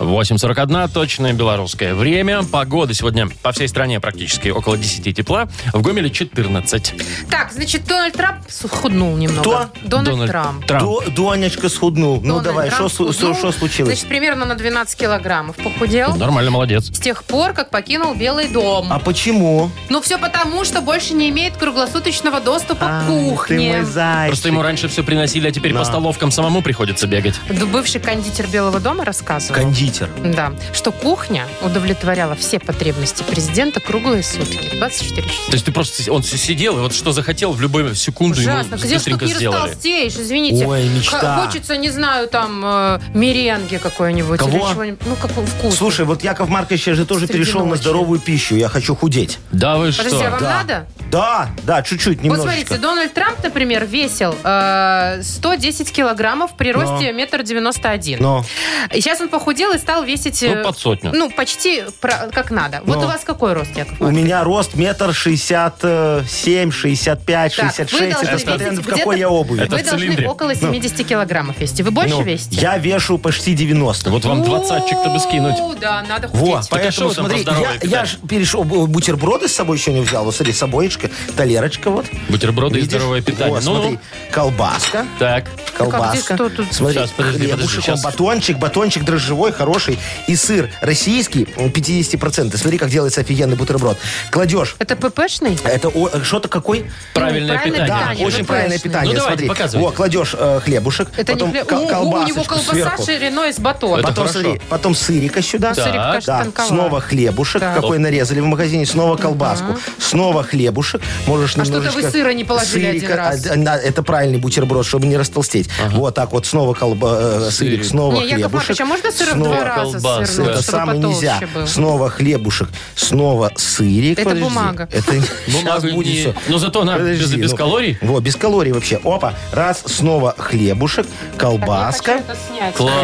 [SPEAKER 1] 8.41, точное белорусское время. Погода сегодня по всей стране практически около 10 тепла. В Гомеле 14.
[SPEAKER 2] Так, значит, Дональд Трамп схуднул немного.
[SPEAKER 3] Кто?
[SPEAKER 2] Дональд, Трамп.
[SPEAKER 1] Трамп.
[SPEAKER 3] До- Донечка схуднул. ну
[SPEAKER 2] Дональд
[SPEAKER 3] давай,
[SPEAKER 2] Трамп
[SPEAKER 3] что
[SPEAKER 2] схуднул.
[SPEAKER 3] случилось?
[SPEAKER 2] Значит, примерно на 12 килограммов похудел.
[SPEAKER 1] Нормально, молодец.
[SPEAKER 2] С тех пор, как покинул Белый дом.
[SPEAKER 3] А почему?
[SPEAKER 2] Ну, все потому, что больше не имеет круглосуточного доступа к
[SPEAKER 3] Ай, А, Ты
[SPEAKER 2] кухне.
[SPEAKER 3] мой зайчик.
[SPEAKER 1] Просто ему раньше все приносили, а теперь по столовкам самому приходится бегать.
[SPEAKER 2] Д- Бывший кондитер Белого дома рассказывал.
[SPEAKER 3] Кондитер.
[SPEAKER 2] Да, что кухня удовлетворяла все потребности президента круглые сутки, 24 часа.
[SPEAKER 1] То есть ты просто си- он си- сидел, и вот что захотел, в любую секунду
[SPEAKER 2] Ужасно,
[SPEAKER 1] ему
[SPEAKER 2] где ж тут
[SPEAKER 1] быстренько
[SPEAKER 2] не
[SPEAKER 1] сделали.
[SPEAKER 2] растолстеешь, извините.
[SPEAKER 3] Ой, мечта.
[SPEAKER 2] Х- Хочется, не знаю, там, э, меренги какой-нибудь.
[SPEAKER 3] Кого?
[SPEAKER 2] Или чего-нибудь. Ну, какой вкус.
[SPEAKER 3] Слушай, вот Яков Маркович я же тоже
[SPEAKER 2] Среди
[SPEAKER 3] перешел на
[SPEAKER 2] ночи.
[SPEAKER 3] здоровую пищу. Я хочу худеть.
[SPEAKER 1] Да вы
[SPEAKER 2] Подожди, а
[SPEAKER 1] что?
[SPEAKER 2] вам надо?
[SPEAKER 3] Да, да, чуть-чуть, немножечко.
[SPEAKER 2] Вот смотрите, Дональд Трамп, например, весил э, 110 килограммов при росте метр девяносто один.
[SPEAKER 3] Но.
[SPEAKER 2] И Сейчас он похудел и стал весить... э,
[SPEAKER 1] Ну, под сотню.
[SPEAKER 2] Ну, почти про- как надо. Вот
[SPEAKER 3] Но.
[SPEAKER 2] у вас какой рост, Яков
[SPEAKER 3] У
[SPEAKER 2] Маркович?
[SPEAKER 3] меня рост метр шестьдесят э, семь, шестьдесят пять,
[SPEAKER 2] Так,
[SPEAKER 3] шестьдесят
[SPEAKER 2] вы
[SPEAKER 3] шесть. Это
[SPEAKER 2] должны
[SPEAKER 3] смотря
[SPEAKER 2] весить
[SPEAKER 3] в
[SPEAKER 2] где-то-
[SPEAKER 3] какой я обуви.
[SPEAKER 1] Это
[SPEAKER 2] Вы
[SPEAKER 1] в
[SPEAKER 2] должны
[SPEAKER 1] цилиндре.
[SPEAKER 2] около 70 килограммов весить. Вы больше
[SPEAKER 3] Ну,
[SPEAKER 2] весите?
[SPEAKER 3] я вешу почти 90.
[SPEAKER 1] Вот вам двадцатчик-то бы скинуть.
[SPEAKER 2] О, Да, надо худеть.
[SPEAKER 3] Во,
[SPEAKER 1] а что
[SPEAKER 3] поэтому,
[SPEAKER 1] вы там про
[SPEAKER 3] смотри,
[SPEAKER 1] здоровое
[SPEAKER 3] я,
[SPEAKER 1] питание?
[SPEAKER 3] я же перешел, бу- бутерброды с собой еще не взял. Вот смотри, с собоечка, талерочка вот.
[SPEAKER 1] Бутерброды и
[SPEAKER 3] Видишь?
[SPEAKER 1] здоровое питание.
[SPEAKER 3] Во, смотри,
[SPEAKER 1] Ну,
[SPEAKER 3] колбаска,
[SPEAKER 1] так.
[SPEAKER 2] А Как, где,
[SPEAKER 3] колбаска.
[SPEAKER 2] что тут?
[SPEAKER 3] Смотри,
[SPEAKER 1] Сейчас, подожди,
[SPEAKER 3] хлебушек,
[SPEAKER 1] подожди,
[SPEAKER 3] вот
[SPEAKER 1] сейчас.
[SPEAKER 3] батончик, батончик дрожжевой, хороший. И сыр российский, м, 50%. Смотри, как делается офигенный бутерброд. Кладешь.
[SPEAKER 2] Это ППшный?
[SPEAKER 3] Это о- э, что-то какой?
[SPEAKER 1] Правильное
[SPEAKER 2] правильное
[SPEAKER 1] питание.
[SPEAKER 3] Да,
[SPEAKER 2] Питание,
[SPEAKER 3] очень
[SPEAKER 2] ну,
[SPEAKER 3] правильное
[SPEAKER 2] конечно.
[SPEAKER 3] питание.
[SPEAKER 1] Ну, давайте,
[SPEAKER 3] смотри,
[SPEAKER 1] показывайте.
[SPEAKER 3] Во, кладешь э, хлебушек,
[SPEAKER 2] Это
[SPEAKER 3] потом
[SPEAKER 2] не хлеб.
[SPEAKER 3] ко-
[SPEAKER 2] У- у,
[SPEAKER 3] колбасочку
[SPEAKER 2] него колбаса
[SPEAKER 3] сверху.
[SPEAKER 2] шириной с батон.
[SPEAKER 1] Это
[SPEAKER 3] Потом,
[SPEAKER 1] хорошо.
[SPEAKER 3] смотри, потом сырика
[SPEAKER 1] Да.
[SPEAKER 3] сюда.
[SPEAKER 2] Сырик, конечно,
[SPEAKER 3] Да,
[SPEAKER 2] тонковат.
[SPEAKER 3] снова хлебушек,
[SPEAKER 2] Так.
[SPEAKER 3] какой нарезали в магазине, снова колбаску, снова хлебушек. Можешь
[SPEAKER 2] А что-то
[SPEAKER 3] немножечко...
[SPEAKER 2] вы сыра не положили один раз.
[SPEAKER 3] а, а, на- это правильный бутерброд, чтобы не растолстеть. Вот так вот, снова колба, э,
[SPEAKER 1] Сырик.
[SPEAKER 3] сырик, снова
[SPEAKER 2] Не, Яков
[SPEAKER 3] хлебушек.
[SPEAKER 2] Маркович, а можно сыра в
[SPEAKER 3] снова-
[SPEAKER 2] два раза
[SPEAKER 1] колбаса.
[SPEAKER 2] сырнуть,
[SPEAKER 3] Это
[SPEAKER 2] чтобы
[SPEAKER 3] самое
[SPEAKER 2] потолще
[SPEAKER 3] нельзя.
[SPEAKER 2] был?
[SPEAKER 3] Снова хлебушек, снова сырик.
[SPEAKER 2] Это
[SPEAKER 3] Подожди.
[SPEAKER 2] бумага.
[SPEAKER 3] Это сейчас
[SPEAKER 1] Бумагу
[SPEAKER 3] будет
[SPEAKER 1] не-
[SPEAKER 3] всё.
[SPEAKER 1] Но зато она без-
[SPEAKER 3] Подожди,
[SPEAKER 1] без
[SPEAKER 3] ну.
[SPEAKER 1] калорий.
[SPEAKER 3] Во, без калорий вообще. Опа, раз, снова хлебушек,
[SPEAKER 2] Так, я хочу
[SPEAKER 3] колбаска,
[SPEAKER 2] это снять.
[SPEAKER 1] Класс.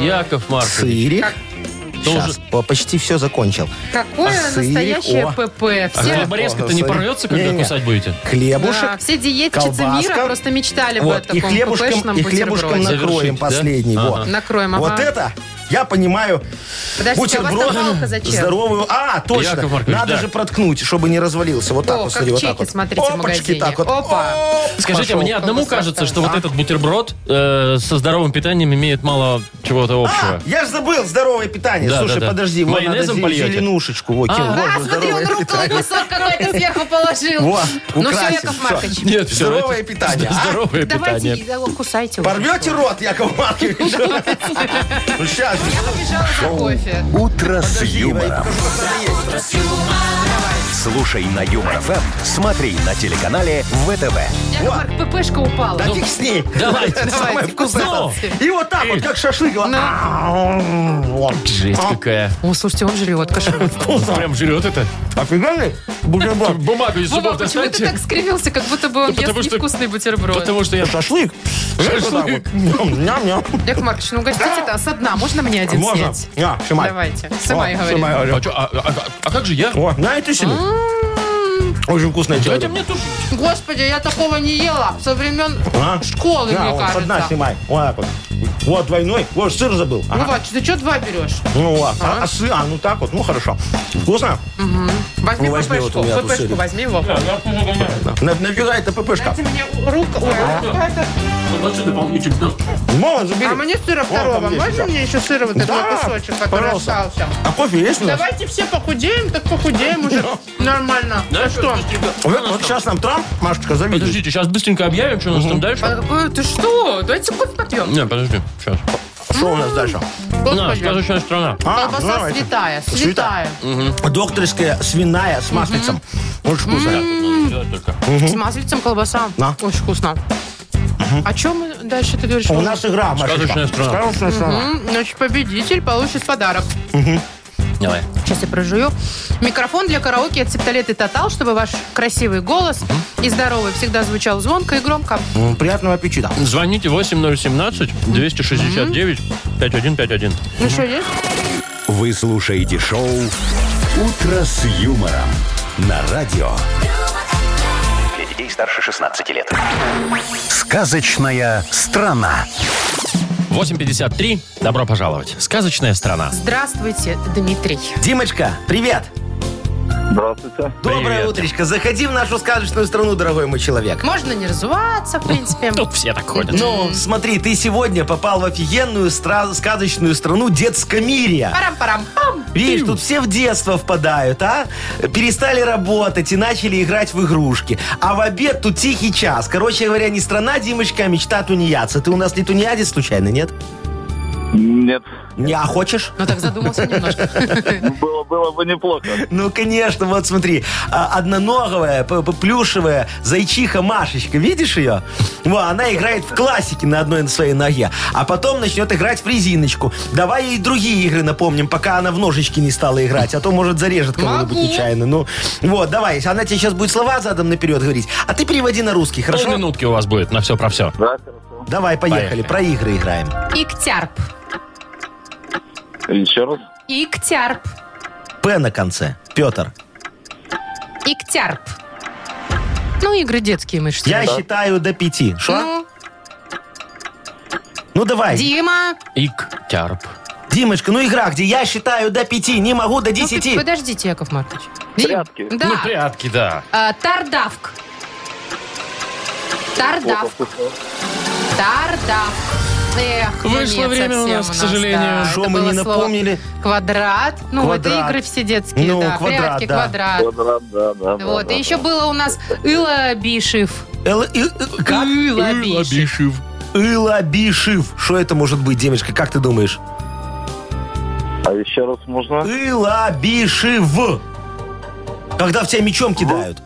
[SPEAKER 1] Яков Маркович.
[SPEAKER 3] сырик.
[SPEAKER 1] Тоже-
[SPEAKER 3] Сейчас, почти все закончил.
[SPEAKER 2] Какое
[SPEAKER 3] Сырик,
[SPEAKER 2] настоящее
[SPEAKER 3] о.
[SPEAKER 2] ПП.
[SPEAKER 1] А
[SPEAKER 2] Все
[SPEAKER 1] хлеборезка-то не
[SPEAKER 3] Смотри.
[SPEAKER 1] порвется, когда
[SPEAKER 3] Не-не-не.
[SPEAKER 1] кусать будете?
[SPEAKER 2] Да,
[SPEAKER 3] Хлебушек.
[SPEAKER 2] все диетчицы
[SPEAKER 3] колбаска.
[SPEAKER 2] мира просто мечтали бы о
[SPEAKER 3] Вот,
[SPEAKER 2] таком
[SPEAKER 3] и хлебушком,
[SPEAKER 2] ППшном
[SPEAKER 3] и хлебушком
[SPEAKER 2] бутерброде.
[SPEAKER 3] накроем
[SPEAKER 1] Завершить, да?
[SPEAKER 3] последний.
[SPEAKER 1] Ага.
[SPEAKER 3] Вот,
[SPEAKER 2] Накроем, ага.
[SPEAKER 3] вот это, я понимаю,
[SPEAKER 2] Подождите, а у вас там
[SPEAKER 3] бутерброд
[SPEAKER 2] палка зачем?
[SPEAKER 3] здоровую. А, точно.
[SPEAKER 1] Яков Маркович,
[SPEAKER 3] Надо
[SPEAKER 1] да.
[SPEAKER 3] же проткнуть, чтобы не развалился. Вот так
[SPEAKER 2] О,
[SPEAKER 3] вот,
[SPEAKER 2] как
[SPEAKER 3] смотри, вот
[SPEAKER 2] чеки,
[SPEAKER 3] так вот.
[SPEAKER 2] смотрите, в
[SPEAKER 3] Опачки,
[SPEAKER 2] магазине.
[SPEAKER 3] так вот.
[SPEAKER 2] Опа.
[SPEAKER 3] Оп,
[SPEAKER 1] Скажите, а
[SPEAKER 3] пошел.
[SPEAKER 1] мне одному
[SPEAKER 2] Колбаса
[SPEAKER 1] кажется, что
[SPEAKER 2] такая.
[SPEAKER 1] вот этот бутерброд э, со здоровым питанием имеет мало чего-то
[SPEAKER 3] А,
[SPEAKER 1] общего.
[SPEAKER 3] я же забыл, здоровое питание.
[SPEAKER 1] Да, да,
[SPEAKER 3] Слушай,
[SPEAKER 1] да.
[SPEAKER 3] подожди, вот надо
[SPEAKER 1] Майонезом
[SPEAKER 3] зе-
[SPEAKER 1] польете?
[SPEAKER 3] зеленушечку. Вот, кинь,
[SPEAKER 1] А,
[SPEAKER 3] вот
[SPEAKER 2] А,
[SPEAKER 3] же
[SPEAKER 2] смотри, он
[SPEAKER 3] здоровое
[SPEAKER 2] рукой
[SPEAKER 3] питание.
[SPEAKER 2] кусок какой-то сверху положил. ну
[SPEAKER 3] Во,
[SPEAKER 2] все,
[SPEAKER 3] украсим,
[SPEAKER 2] Яков
[SPEAKER 3] всё.
[SPEAKER 2] Маркович.
[SPEAKER 1] Нет, все.
[SPEAKER 3] Здоровое питание. а?
[SPEAKER 1] Здоровое
[SPEAKER 2] Давайте,
[SPEAKER 1] питание.
[SPEAKER 2] э, кусайте. уже.
[SPEAKER 3] Порвете рот, Яков Маркович? Ну сейчас.
[SPEAKER 2] Я побежала за кофе.
[SPEAKER 4] «Утро с юмором». Слушай на Юмор ФМ, смотри на телеканале ВТВ.
[SPEAKER 2] Яков Маркович, ППшка упала.
[SPEAKER 3] Да фиг с ней.
[SPEAKER 1] Давайте,
[SPEAKER 3] Это самое
[SPEAKER 2] Ну, давайте, ну.
[SPEAKER 3] вкусное.
[SPEAKER 2] кусайте.
[SPEAKER 3] И вот так вот, как шашлык. вот. Вот.
[SPEAKER 1] Жесть
[SPEAKER 3] А!
[SPEAKER 1] какая.
[SPEAKER 2] О, слушайте, он жрет кошелек.
[SPEAKER 1] Прям жрет это.
[SPEAKER 3] Офигенный бутерброд.
[SPEAKER 1] Бумагу из
[SPEAKER 2] Вова,
[SPEAKER 1] зубов
[SPEAKER 2] почему ты так
[SPEAKER 1] достаньте.
[SPEAKER 2] скривился, как будто бы он
[SPEAKER 1] Да
[SPEAKER 2] ест
[SPEAKER 1] Ну, потому что-
[SPEAKER 2] невкусный бутерброд?
[SPEAKER 1] Потому что я...
[SPEAKER 3] Шашлык. Знаешь, вот так
[SPEAKER 1] Шашлык.
[SPEAKER 3] вот. Ням-ням.
[SPEAKER 2] Яков Маркович, ну угостите это со дна. Можно мне один
[SPEAKER 3] Можно?
[SPEAKER 2] снять?
[SPEAKER 3] Я, снимай.
[SPEAKER 2] Давайте.
[SPEAKER 3] О,
[SPEAKER 2] Сама я говорю.
[SPEAKER 3] снимай, говорю.
[SPEAKER 1] А, чё, а- а- а как же я?
[SPEAKER 3] О, на это себе.
[SPEAKER 2] М-м.
[SPEAKER 3] Очень вкусное
[SPEAKER 1] Дайте
[SPEAKER 3] чай.
[SPEAKER 1] мне тоже.
[SPEAKER 2] Господи, я такого не ела со времен
[SPEAKER 3] А?
[SPEAKER 2] школы,
[SPEAKER 3] Да,
[SPEAKER 2] мне
[SPEAKER 3] вот со дна
[SPEAKER 2] кажется.
[SPEAKER 3] снимай. Вот так вот. Вот двойной. Вот сыр забыл. Ага.
[SPEAKER 2] Вова, ты что два берешь?
[SPEAKER 3] Ну вот. А, а сыр, а, ну так вот. Ну хорошо. Вкусно?
[SPEAKER 2] Возьми
[SPEAKER 3] Ну, возьми
[SPEAKER 2] ППшку.
[SPEAKER 3] вот у меня тут
[SPEAKER 2] ППшку
[SPEAKER 3] сырик.
[SPEAKER 2] возьми, Вова.
[SPEAKER 3] На- Нафига это ППшка?
[SPEAKER 2] Дайте мне руку. Ой, рука это-
[SPEAKER 3] Мама, Ну, забери.
[SPEAKER 2] А мне сыра второго.
[SPEAKER 3] там есть
[SPEAKER 2] Можно
[SPEAKER 3] еще.
[SPEAKER 2] мне еще сыра вот этого
[SPEAKER 3] Да,
[SPEAKER 2] кусочек, который
[SPEAKER 3] пожалуйста.
[SPEAKER 2] остался?
[SPEAKER 3] А кофе есть у нас?
[SPEAKER 2] Давайте все похудеем, так похудеем уже. Нормально. А
[SPEAKER 1] Знаешь, Ну, что?
[SPEAKER 3] А Вот, вот сейчас нам Трамп, Машечка, завидует.
[SPEAKER 1] Подождите, сейчас быстренько объявим, что у нас там
[SPEAKER 2] Она
[SPEAKER 1] дальше.
[SPEAKER 2] такая, А ты что? Давайте кофе попьем.
[SPEAKER 1] Не, подожди, сейчас.
[SPEAKER 3] Что у нас дальше?
[SPEAKER 1] На,
[SPEAKER 2] Господи.
[SPEAKER 1] сказочная страна.
[SPEAKER 3] А, ну,
[SPEAKER 2] М-м-м. Колбаса
[SPEAKER 3] давайте.
[SPEAKER 2] святая, святая.
[SPEAKER 3] Докторская свиная с маслицем. Очень вкусно.
[SPEAKER 2] М-м. С маслицем колбаса.
[SPEAKER 3] На.
[SPEAKER 2] Очень вкусно. О чем мы дальше ты говоришь?
[SPEAKER 3] У нас игра, Машечка.
[SPEAKER 1] Сказочная страна.
[SPEAKER 3] Сказочная страна.
[SPEAKER 2] М, Значит, победитель получит подарок.
[SPEAKER 1] Давай.
[SPEAKER 2] Сейчас я прожую. Микрофон для караоке от септолеты Тотал, чтобы ваш красивый голос и здоровый всегда звучал звонко и громко.
[SPEAKER 3] М, Ну, Приятного аппетита.
[SPEAKER 1] Звоните 8017-269-5151.
[SPEAKER 2] Ну что, есть?
[SPEAKER 4] Вы слушаете шоу «Утро с юмором» на радио.
[SPEAKER 6] Для детей старше 16 лет.
[SPEAKER 4] Сказочная страна.
[SPEAKER 1] 8.53. Добро пожаловать. Сказочная страна.
[SPEAKER 2] Здравствуйте, Дмитрий.
[SPEAKER 3] Димочка, привет.
[SPEAKER 7] Здравствуйте.
[SPEAKER 3] Доброе
[SPEAKER 1] Привет.
[SPEAKER 3] утречко. Заходи в нашу сказочную страну, дорогой мой человек.
[SPEAKER 2] Можно не разуваться, в принципе.
[SPEAKER 1] Тут все так ходят.
[SPEAKER 3] Ну, смотри, ты сегодня попал в офигенную стра- сказочную страну детскомирия.
[SPEAKER 2] Парам-парам-пам.
[SPEAKER 3] Видишь, тут все в детство впадают, а? Перестали работать и начали играть в игрушки. А в обед тут тихий час. Короче говоря, не страна, Димочка, а мечта тунеядца. Ты у нас не тунеядец случайно, нет?
[SPEAKER 7] Нет.
[SPEAKER 3] Не, а хочешь?
[SPEAKER 2] Ну так задумался немножко.
[SPEAKER 7] Было, было бы неплохо.
[SPEAKER 3] Ну, конечно, вот смотри. а, Одноноговая, п- п- плюшевая зайчиха Машечка. Видишь ее? Во, она играет в классике на одной своей ноге. А потом начнет играть в резиночку. Давай ей другие игры напомним, пока она в ножички не стала играть. А то, может, зарежет кого-нибудь
[SPEAKER 2] Могу.
[SPEAKER 3] нечаянно. Ну, вот, давай. Она тебе сейчас будет слова задом наперед говорить. А ты переводи на русский, хорошо?
[SPEAKER 1] минутки у вас будет на все про все.
[SPEAKER 7] Да, хорошо.
[SPEAKER 3] Давай,
[SPEAKER 1] Поехали.
[SPEAKER 3] поехали. Про игры играем.
[SPEAKER 2] Иктярп.
[SPEAKER 7] Еще раз.
[SPEAKER 2] Иктярп.
[SPEAKER 3] П на конце. Петр.
[SPEAKER 2] Иктярп. Ну, игры детские мы ж
[SPEAKER 3] Я
[SPEAKER 2] знаем.
[SPEAKER 3] считаю до пяти. Шо?
[SPEAKER 2] Ну,
[SPEAKER 3] Ну, давай.
[SPEAKER 2] Дима.
[SPEAKER 1] Иктярп.
[SPEAKER 3] Димочка, ну игра, где я считаю до пяти, не могу до
[SPEAKER 2] Ну,
[SPEAKER 3] десяти.
[SPEAKER 2] ты Подождите, Яков Маркович.
[SPEAKER 7] Прятки.
[SPEAKER 2] Да.
[SPEAKER 1] Ну, прятки, да.
[SPEAKER 2] А, Тардавк. Тардавк. Тардавк. Эх, ну
[SPEAKER 1] Вышло
[SPEAKER 2] нет,
[SPEAKER 1] время у
[SPEAKER 2] совсем
[SPEAKER 1] нас, к сожалению.
[SPEAKER 2] да.
[SPEAKER 3] Шо
[SPEAKER 2] Это
[SPEAKER 3] мы
[SPEAKER 2] было
[SPEAKER 3] не
[SPEAKER 2] слово
[SPEAKER 3] напомнили?
[SPEAKER 2] Квадрат. Ну,
[SPEAKER 3] Квадрат.
[SPEAKER 2] это игры все детские,
[SPEAKER 3] Ну,
[SPEAKER 2] да.
[SPEAKER 3] квадрат,
[SPEAKER 2] Прятки,
[SPEAKER 3] да.
[SPEAKER 2] квадрат.
[SPEAKER 7] Квадрат, да, да. да,
[SPEAKER 2] Вот.
[SPEAKER 7] да,
[SPEAKER 2] И еще
[SPEAKER 7] да.
[SPEAKER 2] было у нас Ила Бишев.
[SPEAKER 3] Эл- и- и- Как?
[SPEAKER 2] Ила Бишев.
[SPEAKER 3] Илабишев. Что это может быть, девочка, как ты думаешь?
[SPEAKER 7] А еще раз можно?
[SPEAKER 3] Илабишев. Когда в тебя мечом кидают.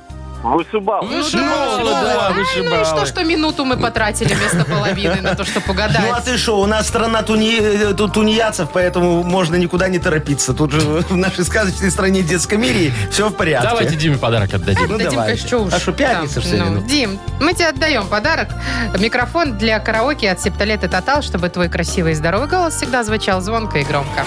[SPEAKER 7] Вышибал.
[SPEAKER 1] Вышибал,
[SPEAKER 2] Ну,
[SPEAKER 1] ну да,
[SPEAKER 2] Ай, Ну и что,
[SPEAKER 1] вышибал.
[SPEAKER 2] что минуту мы потратили вместо половины на то, что
[SPEAKER 3] Ну а
[SPEAKER 2] погадать?
[SPEAKER 3] ты что, у нас страна туни... э, ту- тунеядцев, поэтому можно никуда не торопиться. Тут же в нашей сказочной стране детском мире все в порядке.
[SPEAKER 1] Давайте Диме подарок отдадим.
[SPEAKER 3] ну,
[SPEAKER 2] Да, Дим,
[SPEAKER 3] давайте.
[SPEAKER 2] конечно, чё уж.
[SPEAKER 3] А что, пятница
[SPEAKER 2] Там,
[SPEAKER 3] все
[SPEAKER 2] ну, Дим, мы тебе отдаем подарок. Микрофон для караоке от Септолета Тотал, чтобы твой красивый и здоровый голос всегда звучал звонко и громко.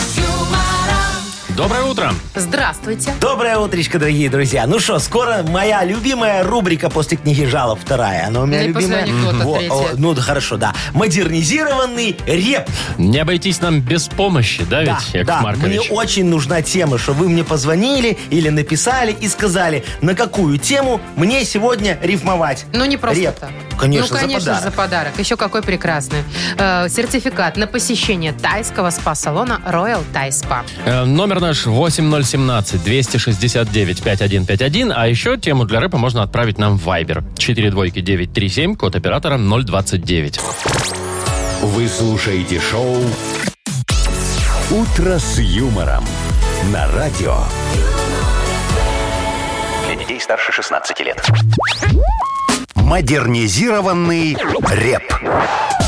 [SPEAKER 1] Доброе утро.
[SPEAKER 2] Здравствуйте.
[SPEAKER 3] Доброе утречко, дорогие друзья. Ну что, скоро моя любимая рубрика после книги жалоб вторая. Она у меня
[SPEAKER 2] Ну и после
[SPEAKER 3] любимая.
[SPEAKER 2] анекдота
[SPEAKER 3] Во,
[SPEAKER 2] третья.
[SPEAKER 3] о, ну да, хорошо, да. Модернизированный реп.
[SPEAKER 1] Не обойтись нам без помощи, да,
[SPEAKER 3] Да,
[SPEAKER 1] ведь, Яков
[SPEAKER 3] да.
[SPEAKER 1] Маркович?
[SPEAKER 3] Мне очень нужна тема, что вы мне позвонили или написали и сказали, на какую тему мне сегодня рифмовать.
[SPEAKER 2] Ну, не просто
[SPEAKER 3] Реп.
[SPEAKER 2] так.
[SPEAKER 3] Конечно,
[SPEAKER 2] ну,
[SPEAKER 3] за
[SPEAKER 2] конечно,
[SPEAKER 3] подарок.
[SPEAKER 2] Еще какой прекрасный. Э, сертификат на посещение тайского спа-салона Royal Thai Spa.
[SPEAKER 1] Э, Номер наш 8017-269-5151. А еще тему для рэпа можно отправить нам в Viber. 42937, код оператора 029.
[SPEAKER 4] Вы слушаете шоу «Утро с юмором» на радио.
[SPEAKER 6] Для детей старше 16 лет.
[SPEAKER 4] Модернизированный реп.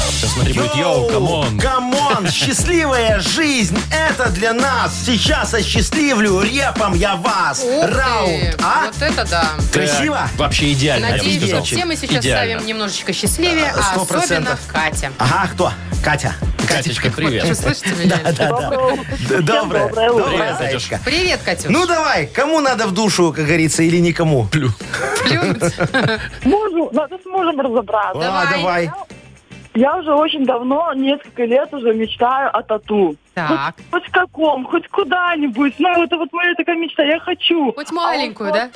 [SPEAKER 1] Сейчас смотри, будет йоу, камон.
[SPEAKER 3] Камон, счастливая жизнь, это для нас. Сейчас осчастливлю репом я вас.
[SPEAKER 2] Ух ты,
[SPEAKER 3] Раунд, а?
[SPEAKER 2] Вот это да.
[SPEAKER 3] Красиво?
[SPEAKER 1] Так, Э, Вообще идеально, я
[SPEAKER 2] Надеюсь,
[SPEAKER 1] бы
[SPEAKER 2] что
[SPEAKER 1] сказал.
[SPEAKER 2] все мы сейчас
[SPEAKER 1] Идеально.
[SPEAKER 2] ставим немножечко счастливее,
[SPEAKER 3] А,
[SPEAKER 2] а
[SPEAKER 3] сто
[SPEAKER 2] особенно
[SPEAKER 3] процентов.
[SPEAKER 2] Катя.
[SPEAKER 3] Ага, кто? Катя.
[SPEAKER 1] Катечка,
[SPEAKER 2] Вы
[SPEAKER 1] привет.
[SPEAKER 2] слышите меня?
[SPEAKER 8] Доброе утро.
[SPEAKER 3] Д-
[SPEAKER 8] Всем
[SPEAKER 3] Доброе.
[SPEAKER 8] доброе утро.
[SPEAKER 3] Доброе,
[SPEAKER 1] Привет,
[SPEAKER 3] зайчка.
[SPEAKER 2] Привет, Катюш.
[SPEAKER 3] Ну давай, кому надо в душу, как говорится, или никому?
[SPEAKER 1] Плю.
[SPEAKER 2] Плюнуть.
[SPEAKER 8] Мужу, надо с ну, мужем разобраться.
[SPEAKER 2] Давай.
[SPEAKER 3] А, давай.
[SPEAKER 8] Я уже очень давно, несколько лет уже мечтаю о тату.
[SPEAKER 2] Так.
[SPEAKER 8] Хоть в каком, хоть куда-нибудь. Ну, это вот моя такая мечта, я хочу.
[SPEAKER 3] а,
[SPEAKER 2] Хоть маленькую, да?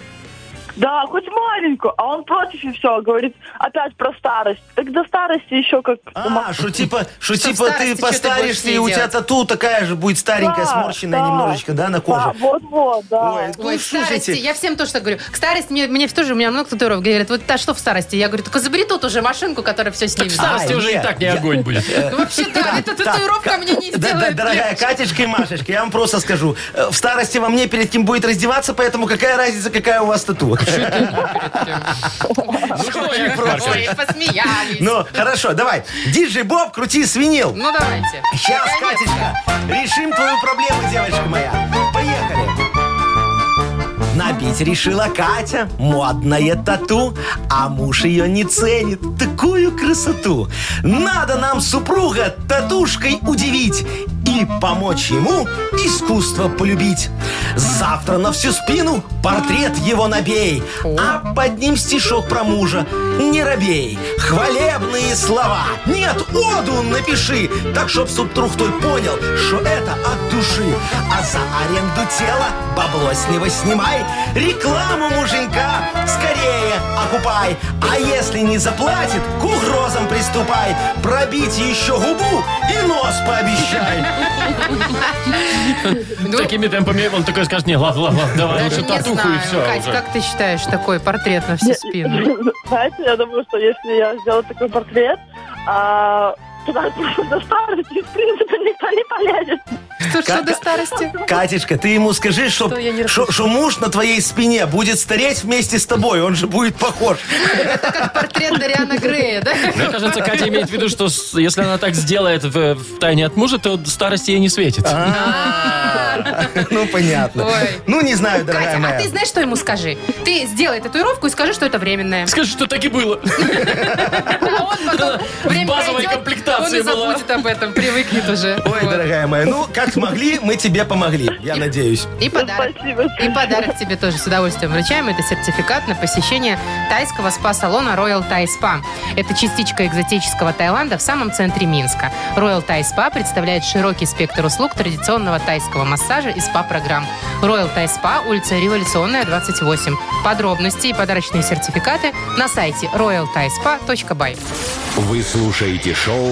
[SPEAKER 8] Да, хоть маленькую. А он против и все, говорит опять про старость. Так до старости еще как...
[SPEAKER 3] А, что типа, что
[SPEAKER 2] Ну, Чтоб
[SPEAKER 3] типа
[SPEAKER 2] старости
[SPEAKER 3] ты
[SPEAKER 2] чё-то
[SPEAKER 3] постаришься,
[SPEAKER 2] больше не
[SPEAKER 3] и у тебя
[SPEAKER 2] делать.
[SPEAKER 3] тату такая же будет старенькая,
[SPEAKER 8] Да,
[SPEAKER 3] сморщенная
[SPEAKER 8] да.
[SPEAKER 3] немножечко, да, на
[SPEAKER 8] Да,
[SPEAKER 3] коже.
[SPEAKER 8] вот-вот, да.
[SPEAKER 3] Ой,
[SPEAKER 2] Ой,
[SPEAKER 3] ну,
[SPEAKER 2] в старости, я всем тоже так говорю. К старости мне, мне тоже, у меня много татуировок говорят, вот а что в старости? Я говорю, только забери тут уже машинку, которая все снимет.
[SPEAKER 1] В старости
[SPEAKER 3] А,
[SPEAKER 1] уже и
[SPEAKER 3] нет,
[SPEAKER 1] так не
[SPEAKER 3] я- Э,
[SPEAKER 1] огонь будет.
[SPEAKER 2] Ну, вообще, да, эта татуировка
[SPEAKER 3] Ка-
[SPEAKER 2] мне не
[SPEAKER 3] да, да,
[SPEAKER 2] сделает.
[SPEAKER 3] дорогая Катечка и Машечка, я вам просто скажу. э, В старости во мне перед кем будет раздеваться, поэтому какая разница, какая у вас тату?
[SPEAKER 1] Ну что, Яков Маркович,
[SPEAKER 2] Ой, посмеялись.
[SPEAKER 3] Ну, хорошо, давай. Диджей Боб, крути свинил.
[SPEAKER 2] Ну, давайте.
[SPEAKER 3] Сейчас,
[SPEAKER 2] Наконец-то.
[SPEAKER 3] Катечка, решим твою проблему, девочка моя. Поехали. Набить решила Катя модное тату, а муж ее не ценит. Такую красоту. Надо нам супруга татушкой удивить и помочь ему искусство полюбить. Завтра на всю спину портрет его набей, а под ним стишок про мужа. Не робей, хвалебные слова. Нет, оду напиши, так чтоб супруг той понял, что это от души. А за аренду тела бабло с него снимай, рекламу муженька скорее окупай. А если не заплатит, к угрозам приступай, пробить еще губу и нос пообещай.
[SPEAKER 2] Ну,
[SPEAKER 1] Такими темпами он такой скажет, не, ладно, ладно, ладно, давай лучше
[SPEAKER 2] даже не
[SPEAKER 1] татуху и
[SPEAKER 2] знаю.
[SPEAKER 1] все
[SPEAKER 2] Кать,
[SPEAKER 1] уже.
[SPEAKER 2] как ты считаешь такой портрет на всю спину?
[SPEAKER 3] ну,
[SPEAKER 8] Знаете, я думаю, что если я сделаю такой портрет, а, туда до старости, в принципе, никто не полезет.
[SPEAKER 2] Что, что до старости?
[SPEAKER 3] Катечка, ты ему скажи, что,
[SPEAKER 2] Что я не
[SPEAKER 3] что,
[SPEAKER 2] расслышала.
[SPEAKER 3] что муж на твоей спине будет стареть вместе с тобой, он же будет похож.
[SPEAKER 2] Портрет Дариана Грея, да?
[SPEAKER 1] Мне кажется, Катя имеет в виду, что с- если она так сделает в, в тайне от мужа, то старость ей не светит.
[SPEAKER 3] Ну, понятно.
[SPEAKER 2] А. Ой.
[SPEAKER 3] Ну, не знаю, дорогая
[SPEAKER 2] Катя, а
[SPEAKER 3] моя.
[SPEAKER 2] ты знаешь, что ему скажи? Ты сделай татуировку и скажи, что это временное.
[SPEAKER 1] Скажи, что так и было.
[SPEAKER 2] А он потом время
[SPEAKER 1] базовой
[SPEAKER 2] пройдет,
[SPEAKER 1] комплектации
[SPEAKER 2] он и
[SPEAKER 1] была.
[SPEAKER 2] забудет об этом, привыкнет уже.
[SPEAKER 3] Ой,
[SPEAKER 2] Вот.
[SPEAKER 3] дорогая моя, ну, как смогли, мы тебе помогли, я надеюсь.
[SPEAKER 2] И подарок.
[SPEAKER 8] Спасибо.
[SPEAKER 2] И подарок тебе тоже с удовольствием вручаем. Это сертификат на посещение тайского спа-салона Royal Thai Spa. Это частичка экзотического Таиланда в самом центре Минска. Royal Thai Spa представляет широкий спектр услуг традиционного тайского массажа и спа-программ. Royal Thai Spa, улица Революционная, 28. Подробности и подарочные сертификаты на сайте royalthaispa.by.
[SPEAKER 4] Вы слушаете шоу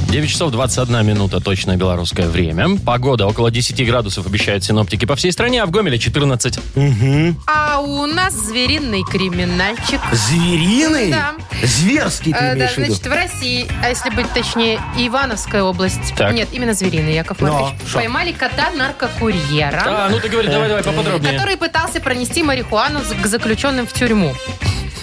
[SPEAKER 1] часов 21 минута, точное белорусское время. Погода около 10 градусов, обещают синоптики по всей стране, а в Гомеле 14.
[SPEAKER 2] А у нас звериный криминальчик.
[SPEAKER 3] Звериный?
[SPEAKER 2] Да.
[SPEAKER 3] Зверский ты
[SPEAKER 2] Э, да,
[SPEAKER 3] имеешь в виду?
[SPEAKER 2] значит, в России, а если быть точнее, Ивановская область.
[SPEAKER 1] Так.
[SPEAKER 2] Нет, именно звериный, Яков
[SPEAKER 3] Но,
[SPEAKER 2] Маркович.
[SPEAKER 3] Ну, шо?
[SPEAKER 2] Поймали кота-наркокурьера,
[SPEAKER 1] А, ну ты говори,
[SPEAKER 2] Э,
[SPEAKER 1] давай-давай, поподробнее.
[SPEAKER 2] который пытался пронести марихуану з- к заключенным в тюрьму.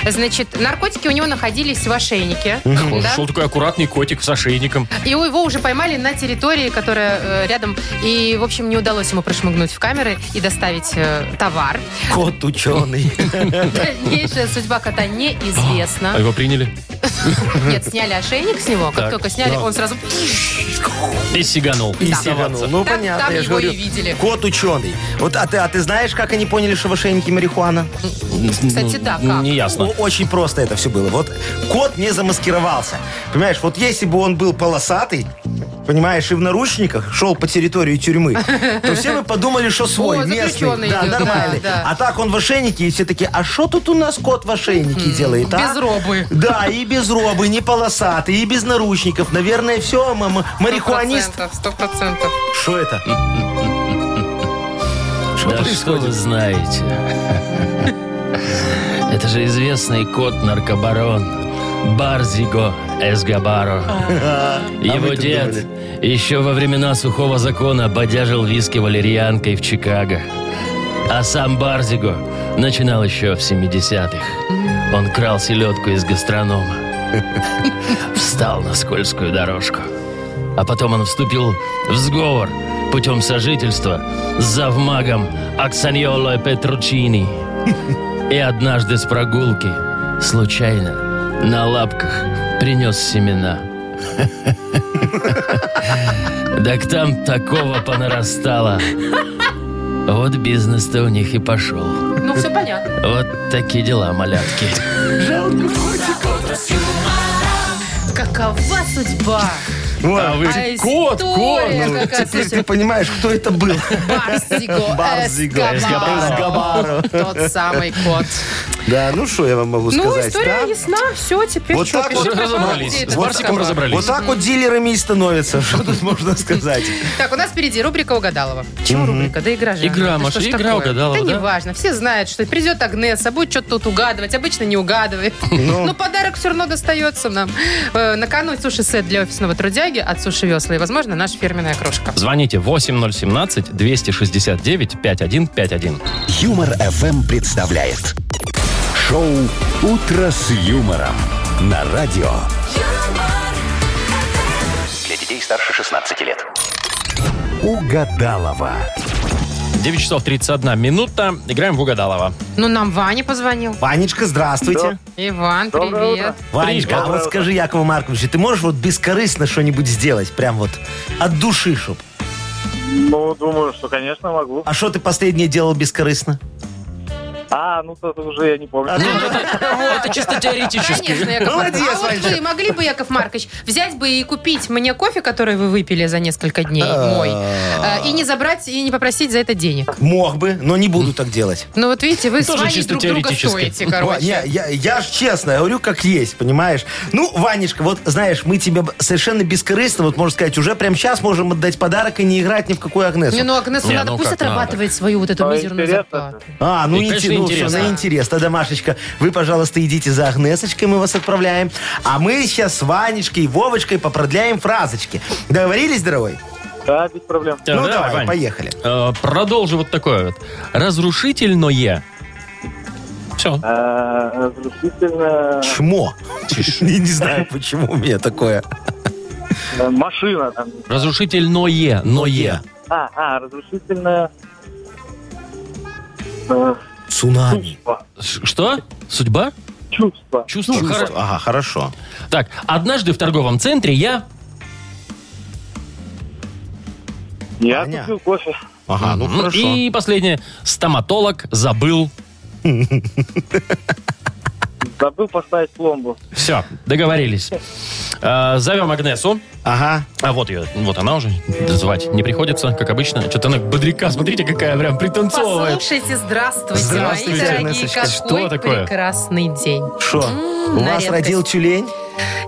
[SPEAKER 2] Значит, наркотики у него находились в ошейнике. да?
[SPEAKER 1] Шел такой аккуратный котик с ошейником.
[SPEAKER 2] И его его уже поймали на территории, которая э, рядом. И, в общем, не удалось ему прошмыгнуть в камеры и доставить э, товар.
[SPEAKER 3] Кот ученый.
[SPEAKER 2] Дальнейшая судьба кота неизвестна.
[SPEAKER 1] А его приняли?
[SPEAKER 2] Нет, сняли ошейник с него. Как
[SPEAKER 1] Так,
[SPEAKER 2] только сняли,
[SPEAKER 1] да.
[SPEAKER 2] он сразу...
[SPEAKER 3] Ну,
[SPEAKER 1] И сиганул.
[SPEAKER 3] И
[SPEAKER 2] Да.
[SPEAKER 3] сиганул. Ну,
[SPEAKER 2] Там-
[SPEAKER 3] понятно,
[SPEAKER 2] там
[SPEAKER 3] я же
[SPEAKER 2] его и
[SPEAKER 3] говорю.
[SPEAKER 2] видели.
[SPEAKER 3] Кот ученый. Вот, а ты, а ты знаешь, как они поняли, что в ошейнике марихуана?
[SPEAKER 2] Кстати, да, А как?
[SPEAKER 1] Не ясно.
[SPEAKER 3] О- Очень просто это все было. Вот кот не замаскировался. Понимаешь, вот если бы он был полосатый, понимаешь, и в наручниках шел по территории тюрьмы, то все бы подумали, что свой,
[SPEAKER 2] О,
[SPEAKER 3] местный.
[SPEAKER 2] заключенный
[SPEAKER 3] Да,
[SPEAKER 2] идет, да,
[SPEAKER 3] нормальный.
[SPEAKER 2] да.
[SPEAKER 3] А так он в ошейнике, и все такие, а что тут у нас кот в ошейнике делает, а?
[SPEAKER 2] без робы.
[SPEAKER 3] Да, и без робы, не полосатый, и без наручников. Наверное, все, марихуанист.
[SPEAKER 2] Сто процентов.
[SPEAKER 3] Что это? Что
[SPEAKER 1] Да что вы
[SPEAKER 3] происходит?
[SPEAKER 1] знаете? Это же известный кот-наркобарон Барзиго Эсгабаро. Его
[SPEAKER 3] мы так
[SPEAKER 1] дед еще во времена сухого закона бодяжил виски валерьянкой в Чикаго. А сам Барзиго начинал еще в 70-х. Он крал селедку из гастронома. Встал на скользкую дорожку. А потом он вступил в сговор путем сожительства с завмагом Аксаньоло Петручини. И однажды с прогулки случайно на лапках принес семена. Так там такого понарастало. Вот бизнес-то у них и пошел.
[SPEAKER 2] Ну, все понятно.
[SPEAKER 1] Вот такие дела, малятки.
[SPEAKER 2] Какова судьба?
[SPEAKER 1] А вы-
[SPEAKER 2] А
[SPEAKER 3] Кот, кот.
[SPEAKER 2] история
[SPEAKER 3] Ну,
[SPEAKER 2] какая,
[SPEAKER 3] теперь ты
[SPEAKER 2] слушай.
[SPEAKER 3] понимаешь, кто это был.
[SPEAKER 2] Барсиго
[SPEAKER 9] Барсиго
[SPEAKER 2] Эскобаро. Тот самый кот.
[SPEAKER 9] Да, ну что я вам могу
[SPEAKER 2] Ну,
[SPEAKER 9] сказать,
[SPEAKER 2] история
[SPEAKER 9] да?
[SPEAKER 2] ясна. Все, теперь
[SPEAKER 9] Вот
[SPEAKER 2] чё,
[SPEAKER 9] так
[SPEAKER 2] пиши
[SPEAKER 9] вот.
[SPEAKER 2] пропало,
[SPEAKER 1] Разобрались.
[SPEAKER 2] где
[SPEAKER 1] С
[SPEAKER 2] этот
[SPEAKER 1] Барсиком
[SPEAKER 2] разговор?
[SPEAKER 1] разобрались.
[SPEAKER 9] Вот так вот дилерами и становятся. Что тут можно сказать?
[SPEAKER 2] Так, у нас впереди рубрика «Угадалова». Чего рубрика? Да игра же.
[SPEAKER 1] Игра,
[SPEAKER 2] Да
[SPEAKER 1] Маша,
[SPEAKER 2] что ж
[SPEAKER 1] игра
[SPEAKER 2] такое?
[SPEAKER 1] «Угадалова»,
[SPEAKER 2] Да
[SPEAKER 1] да?
[SPEAKER 2] неважно. Все знают, что придет Агнеса, будет что-то тут угадывать. Обычно не угадывает.
[SPEAKER 9] Ну.
[SPEAKER 2] Но подарок все равно достается нам. Э, На кону суши-сет для офисного трудяги от Суши Весла. И, возможно, наша фирменная крошка.
[SPEAKER 1] Звоните 8017-269-5151.
[SPEAKER 4] Юмор FM представляет шоу Утро с юмором на радио.
[SPEAKER 6] Для детей старше 16 лет.
[SPEAKER 4] Угадалова.
[SPEAKER 1] 9 часов 31 минута. Играем в Угадалова.
[SPEAKER 2] Ну, нам Ваня позвонил.
[SPEAKER 3] Ванечка, здравствуйте.
[SPEAKER 2] Иван,
[SPEAKER 7] Доброе
[SPEAKER 2] привет.
[SPEAKER 3] Ванечка, а
[SPEAKER 1] Привет.
[SPEAKER 3] вот скажи, Якову Марковичу, ты можешь вот бескорыстно что-нибудь сделать? Прям вот от души, чтоб.
[SPEAKER 5] Ну, думаю, что, конечно, могу.
[SPEAKER 3] А что ты последнее делал бескорыстно?
[SPEAKER 5] А, ну, это уже я не помню.
[SPEAKER 3] А, ну.
[SPEAKER 1] Это чисто теоретически.
[SPEAKER 2] Конечно, Яков Маркович.
[SPEAKER 3] Молодец,
[SPEAKER 2] А вот
[SPEAKER 3] Ванечка.
[SPEAKER 2] вы могли бы, Яков Маркович, взять бы и купить мне кофе, который вы выпили за несколько дней,
[SPEAKER 1] А.
[SPEAKER 2] мой, э, и не забрать, и не попросить за это денег.
[SPEAKER 3] Мог бы, но не буду так делать.
[SPEAKER 2] Ну вот видите, вы с
[SPEAKER 1] Тоже
[SPEAKER 2] Ваней
[SPEAKER 1] чисто
[SPEAKER 2] друг друга
[SPEAKER 1] теоретически.
[SPEAKER 2] стоите,
[SPEAKER 3] Ва-
[SPEAKER 2] короче.
[SPEAKER 3] не, я, я ж честно говорю, как есть, понимаешь? Ну, Ванечка, вот знаешь, мы тебе б- совершенно бескорыстно, вот можно сказать, уже прям сейчас можем отдать подарок и не играть ни в какую Агнесу.
[SPEAKER 2] Не, ну Агнесу
[SPEAKER 1] Не,
[SPEAKER 2] надо,
[SPEAKER 1] ну
[SPEAKER 2] пусть
[SPEAKER 1] как
[SPEAKER 2] отрабатывает свою вот эту
[SPEAKER 5] Ну,
[SPEAKER 2] мизерную
[SPEAKER 5] интересно
[SPEAKER 2] зарплату.
[SPEAKER 3] А, ну,
[SPEAKER 1] И,
[SPEAKER 3] инте-
[SPEAKER 1] конечно,
[SPEAKER 3] ну, всё,
[SPEAKER 1] интересно.
[SPEAKER 3] на интерес. Тогда, Машечка, вы, пожалуйста, идите за Агнесочкой, мы вас отправляем. А мы сейчас с Ванечкой и Вовочкой попродляем фразочки. Договорились, дорогой?
[SPEAKER 5] Да, без проблем.
[SPEAKER 1] Да,
[SPEAKER 3] ну,
[SPEAKER 1] давай,
[SPEAKER 3] давай,
[SPEAKER 1] Вань.
[SPEAKER 3] поехали.
[SPEAKER 1] Э, Продолжу вот такое вот. Разрушительное. Все.
[SPEAKER 7] Э,
[SPEAKER 5] А, разрушительная
[SPEAKER 3] Шмо. Я не знаю, почему у меня такое.
[SPEAKER 5] э, машина. Там.
[SPEAKER 1] Разрушительное. Ное.
[SPEAKER 5] А, а, разрушительная... э,
[SPEAKER 3] Цунами.
[SPEAKER 1] Ш- Что? Судьба?
[SPEAKER 5] Чувство.
[SPEAKER 1] Чувство. Хоро-
[SPEAKER 3] Ага, хорошо.
[SPEAKER 1] Так, однажды в торговом центре я...
[SPEAKER 5] Я
[SPEAKER 3] Аня.
[SPEAKER 5] купил кофе.
[SPEAKER 3] Ага, ну
[SPEAKER 1] М,
[SPEAKER 3] хорошо.
[SPEAKER 1] И последнее. Стоматолог забыл.
[SPEAKER 5] Забыл поставить пломбу.
[SPEAKER 1] Все, договорились. Э, Зовем Агнесу.
[SPEAKER 3] Ага.
[SPEAKER 1] А вот ее, вот она уже. Звать не приходится, как обычно. Что-то она бодряка, смотрите, какая прям пританцовывает.
[SPEAKER 2] Послушайте, здравствуйте,
[SPEAKER 3] Здравствуйте,
[SPEAKER 2] мои дорогие.
[SPEAKER 3] Агнесочка.
[SPEAKER 2] Какой
[SPEAKER 1] Что такое?
[SPEAKER 2] прекрасный день.
[SPEAKER 3] Что? У
[SPEAKER 2] на
[SPEAKER 3] вас
[SPEAKER 2] редкость.
[SPEAKER 3] родил тюлень?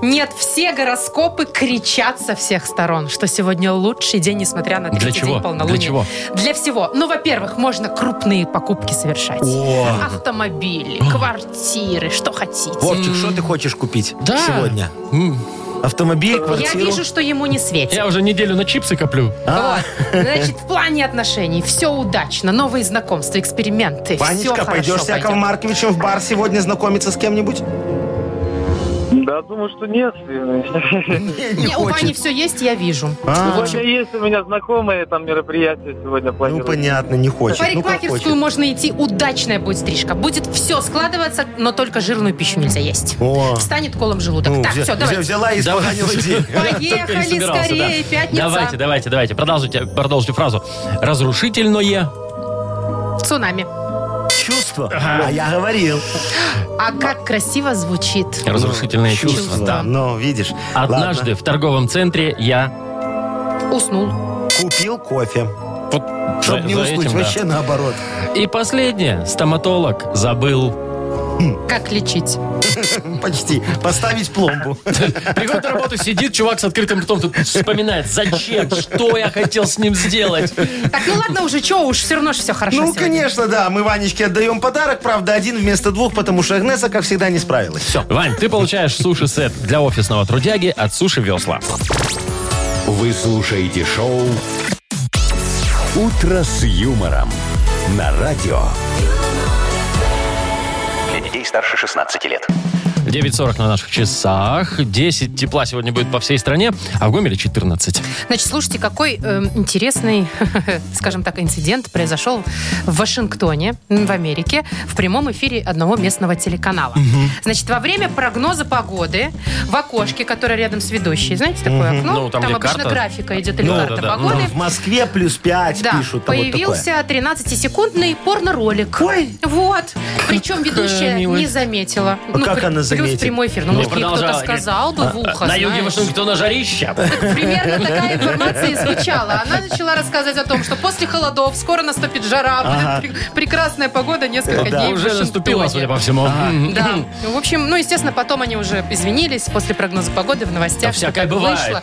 [SPEAKER 2] Нет, все гороскопы кричат со всех сторон, что сегодня лучший день, несмотря на третий
[SPEAKER 1] Для чего?
[SPEAKER 2] день полнолуния.
[SPEAKER 1] Для чего?
[SPEAKER 2] Для всего. Ну, во-первых, можно крупные покупки совершать.
[SPEAKER 3] О.
[SPEAKER 2] Автомобили, квартиры, что хотите.
[SPEAKER 3] Вовчик, что ты хочешь купить
[SPEAKER 1] Да.
[SPEAKER 3] сегодня?
[SPEAKER 1] М,
[SPEAKER 3] Автомобиль,
[SPEAKER 2] Я
[SPEAKER 3] квартиру?
[SPEAKER 2] вижу, что ему не светит.
[SPEAKER 1] Я уже неделю на чипсы коплю.
[SPEAKER 3] А,
[SPEAKER 2] Вот. Значит, в плане отношений все удачно. Новые знакомства, эксперименты. все
[SPEAKER 3] Ванечка,
[SPEAKER 2] хорошо
[SPEAKER 3] пойдешь с Яковом
[SPEAKER 2] пойдет.
[SPEAKER 3] Марковичем в бар сегодня знакомиться с кем-нибудь?
[SPEAKER 5] Да, думаю, что нет.
[SPEAKER 3] Не,
[SPEAKER 2] Не, у Вани все есть, я вижу.
[SPEAKER 3] А,
[SPEAKER 2] В общем,
[SPEAKER 5] Сегодня есть у меня знакомые, там мероприятия сегодня
[SPEAKER 3] Ну,
[SPEAKER 5] планируют.
[SPEAKER 3] понятно, не
[SPEAKER 2] в
[SPEAKER 3] хочет. Ну, как
[SPEAKER 2] парикмахерскую
[SPEAKER 3] хочет.
[SPEAKER 2] можно идти, удачная будет стрижка. Будет все складываться, но только жирную пищу нельзя есть.
[SPEAKER 3] О.
[SPEAKER 2] Встанет колом желудок.
[SPEAKER 3] Ну,
[SPEAKER 2] так,
[SPEAKER 3] взя-
[SPEAKER 2] все,
[SPEAKER 3] взя-
[SPEAKER 2] давайте.
[SPEAKER 3] Взяла и испоганила день.
[SPEAKER 1] Только и
[SPEAKER 2] Поехали
[SPEAKER 1] собирался,
[SPEAKER 2] скорее,
[SPEAKER 1] да.
[SPEAKER 2] пятница.
[SPEAKER 1] Давайте, давайте, давайте. Продолжите, продолжите фразу. Разрушительное.
[SPEAKER 2] Цунами.
[SPEAKER 3] Чувство. А я говорил.
[SPEAKER 2] А как красиво звучит.
[SPEAKER 1] Разрушительное чувство.
[SPEAKER 2] чувство.
[SPEAKER 1] да.
[SPEAKER 3] Ну, видишь.
[SPEAKER 1] Однажды в торговом центре я...
[SPEAKER 2] Уснул.
[SPEAKER 3] Ладно. Купил кофе.
[SPEAKER 1] Вот
[SPEAKER 3] Чтоб
[SPEAKER 1] за-
[SPEAKER 3] не
[SPEAKER 1] за
[SPEAKER 3] уснуть,
[SPEAKER 1] этим, да.
[SPEAKER 3] вообще наоборот.
[SPEAKER 1] И последнее. Стоматолог забыл.
[SPEAKER 2] Как лечить.
[SPEAKER 3] Почти. Поставить пломбу.
[SPEAKER 1] Приходит на работу, сидит чувак с открытым ртом, тут вспоминает, зачем, что я хотел с ним сделать.
[SPEAKER 2] Так, ну ладно уже, что уж, все равно же все хорошо
[SPEAKER 3] Ну,
[SPEAKER 2] сегодня.
[SPEAKER 3] конечно, да. Мы Ванечке отдаем подарок. Правда, один вместо двух, потому что Агнеса, как всегда, не справилась. Все.
[SPEAKER 1] Вань, ты получаешь суши-сет для офисного трудяги от Суши Весла.
[SPEAKER 4] Вы слушаете шоу Утро с юмором на радио.
[SPEAKER 6] Для детей старше 16 лет.
[SPEAKER 1] 9.40 на наших часах. 10 тепла сегодня будет по всей стране, а в Гомеле 14.
[SPEAKER 2] Значит, слушайте, какой эм, интересный, скажем так, инцидент произошел в Вашингтоне, м, в Америке, в прямом эфире одного местного телеканала. Значит, во время прогноза погоды в окошке, которое рядом с ведущей, знаете, такое окно,
[SPEAKER 1] Ну, там, где
[SPEAKER 2] обычно
[SPEAKER 1] карта.
[SPEAKER 2] графика идет или
[SPEAKER 1] Ну,
[SPEAKER 2] карта
[SPEAKER 1] да-да.
[SPEAKER 2] погоды.
[SPEAKER 3] В Москве плюс 5
[SPEAKER 2] Да,
[SPEAKER 3] пишут. там вот такое.
[SPEAKER 2] появился 13-секундный порно-ролик.
[SPEAKER 3] Ой!
[SPEAKER 2] Вот. Причем ведущая
[SPEAKER 1] милость.
[SPEAKER 2] не заметила. Ну,
[SPEAKER 3] А как она заметит?
[SPEAKER 2] Плюс прямой эфир. Ну, может, ей кто-то
[SPEAKER 1] продолжала,
[SPEAKER 2] сказал бы в ухо,
[SPEAKER 1] А, На юге
[SPEAKER 2] а знаешь.
[SPEAKER 1] Вашингтона жарища.
[SPEAKER 2] Примерно такая информация и звучала. Она начала рассказывать о том, что после холодов скоро наступит жара, будет пре- прекрасная погода несколько
[SPEAKER 3] Да,
[SPEAKER 2] дней в
[SPEAKER 1] Уже наступила,
[SPEAKER 2] Вашингтоне.
[SPEAKER 1] судя по всему. М.
[SPEAKER 2] Да. В общем, ну, естественно, потом они уже извинились после прогноза погоды в
[SPEAKER 1] Да
[SPEAKER 2] новостях. что
[SPEAKER 1] всякое
[SPEAKER 2] так
[SPEAKER 1] бывает.
[SPEAKER 2] вышло.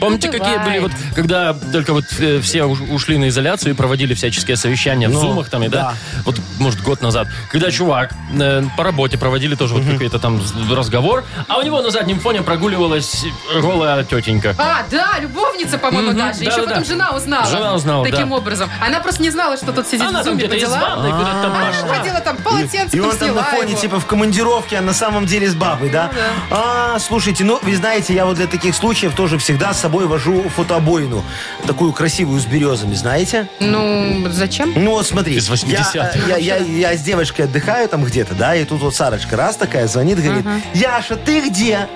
[SPEAKER 1] Помните,
[SPEAKER 2] Ну,
[SPEAKER 1] какие были
[SPEAKER 2] бывает.
[SPEAKER 1] вот, когда только вот э, все уж- ушли на изоляцию и проводили всякие совещания в
[SPEAKER 3] Ну,
[SPEAKER 1] зумах там, и да?
[SPEAKER 3] да.
[SPEAKER 1] Вот, может, год назад. Когда чувак э, по работе проводили тоже вот какой-то там разговор, а у него на заднем фоне прогуливалась э, голая тетенька.
[SPEAKER 2] А, да, любовница, по-моему,
[SPEAKER 1] Мгм,
[SPEAKER 2] даже. Еще
[SPEAKER 1] да-да-да.
[SPEAKER 2] потом жена узнала.
[SPEAKER 1] Жена узнала,
[SPEAKER 2] Таким
[SPEAKER 1] да.
[SPEAKER 2] образом. Она просто не знала, что тут сидит
[SPEAKER 1] Она там
[SPEAKER 2] в зуме по
[SPEAKER 1] где-то из ванной куда-то там
[SPEAKER 2] Она
[SPEAKER 1] пошла.
[SPEAKER 2] ходила там полотенце,
[SPEAKER 3] И он там на
[SPEAKER 2] сняла
[SPEAKER 3] фоне,
[SPEAKER 2] его.
[SPEAKER 3] типа, в командировке, а на самом деле с бабой, да? А, слушайте, ну, вы знаете, я вот для таких случаев тоже всегда с собой вожу фотообоину. Такую красивую с березами, знаете?
[SPEAKER 2] Ну, зачем?
[SPEAKER 3] Ну, вот смотри.
[SPEAKER 1] Из 80-х.
[SPEAKER 3] Я, э, я- я- я с девочкой отдыхаю там где-то, да, и тут вот Сарочка раз такая звонит, говорит, Яша, ты где?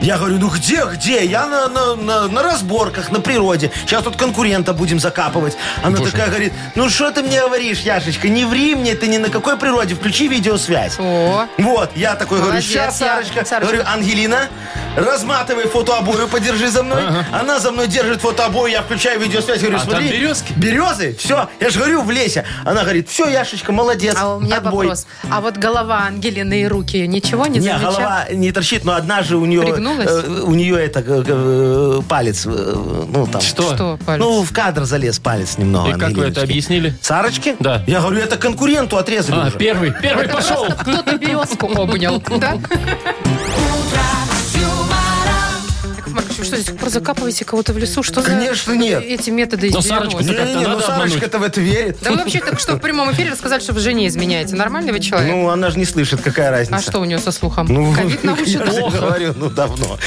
[SPEAKER 3] Я говорю, ну где, где? Я на, на- на- на разборках, на природе. Сейчас тут конкурента будем закапывать. Она
[SPEAKER 1] Боже
[SPEAKER 3] такая говорит, ну что ты мне говоришь, Яшечка, не ври мне, ты ни на какой природе, включи видеосвязь.
[SPEAKER 2] О,
[SPEAKER 3] Вот, я такой говорю,
[SPEAKER 2] Молодец,
[SPEAKER 3] сейчас,
[SPEAKER 2] я-
[SPEAKER 3] Сарочка.
[SPEAKER 2] Сарочка.
[SPEAKER 3] Говорю, Ангелина, разматывай фотообою, подержи за мной. Она за мной держит фотообою, я включаю видеосвязь, говорю,
[SPEAKER 1] А там
[SPEAKER 3] смотри.
[SPEAKER 1] березки?
[SPEAKER 3] Березы, все, я же говорю, в лесе. Она говорит, все, Яшечка, молодец,
[SPEAKER 2] а у меня
[SPEAKER 3] отбой.
[SPEAKER 2] вопрос. А вот голова Ангелины и руки ее ничего не,
[SPEAKER 3] Не,
[SPEAKER 2] замечал?
[SPEAKER 3] голова не торчит, но одна же у нее,
[SPEAKER 2] Пригнулась?
[SPEAKER 3] э, у нее это, э, э, палец, э, ну там.
[SPEAKER 1] Что?
[SPEAKER 2] Что, палец?
[SPEAKER 3] Ну, в кадр залез палец немного.
[SPEAKER 1] И как вы это
[SPEAKER 3] Ангелиночки.
[SPEAKER 1] объяснили?
[SPEAKER 3] Сарочки?
[SPEAKER 1] Да.
[SPEAKER 3] Я говорю, это конкуренту отрезали
[SPEAKER 1] А,
[SPEAKER 3] уже.
[SPEAKER 1] первый, первый пошел.
[SPEAKER 2] Просто кто-то березку обнял, да? Яков Маркович, вы что здесь про закапываете кого-то в лесу? Что за
[SPEAKER 3] Конечно, нет.
[SPEAKER 2] эти методы
[SPEAKER 1] Но
[SPEAKER 2] извернулись?
[SPEAKER 1] Сарочку-то как-то
[SPEAKER 3] Не-не-не, ну
[SPEAKER 1] надо обмануть.
[SPEAKER 3] Сарочка-то в это верит.
[SPEAKER 2] Да вы вообще так что в прямом эфире рассказали, что вы жене изменяете. Нормальный вы человек?
[SPEAKER 3] Ну, она же не слышит, какая разница.
[SPEAKER 2] а что у нее со слухом?
[SPEAKER 3] Ну,
[SPEAKER 2] Ковид на уши
[SPEAKER 3] я же
[SPEAKER 2] дул?
[SPEAKER 3] говорю, ну, давно.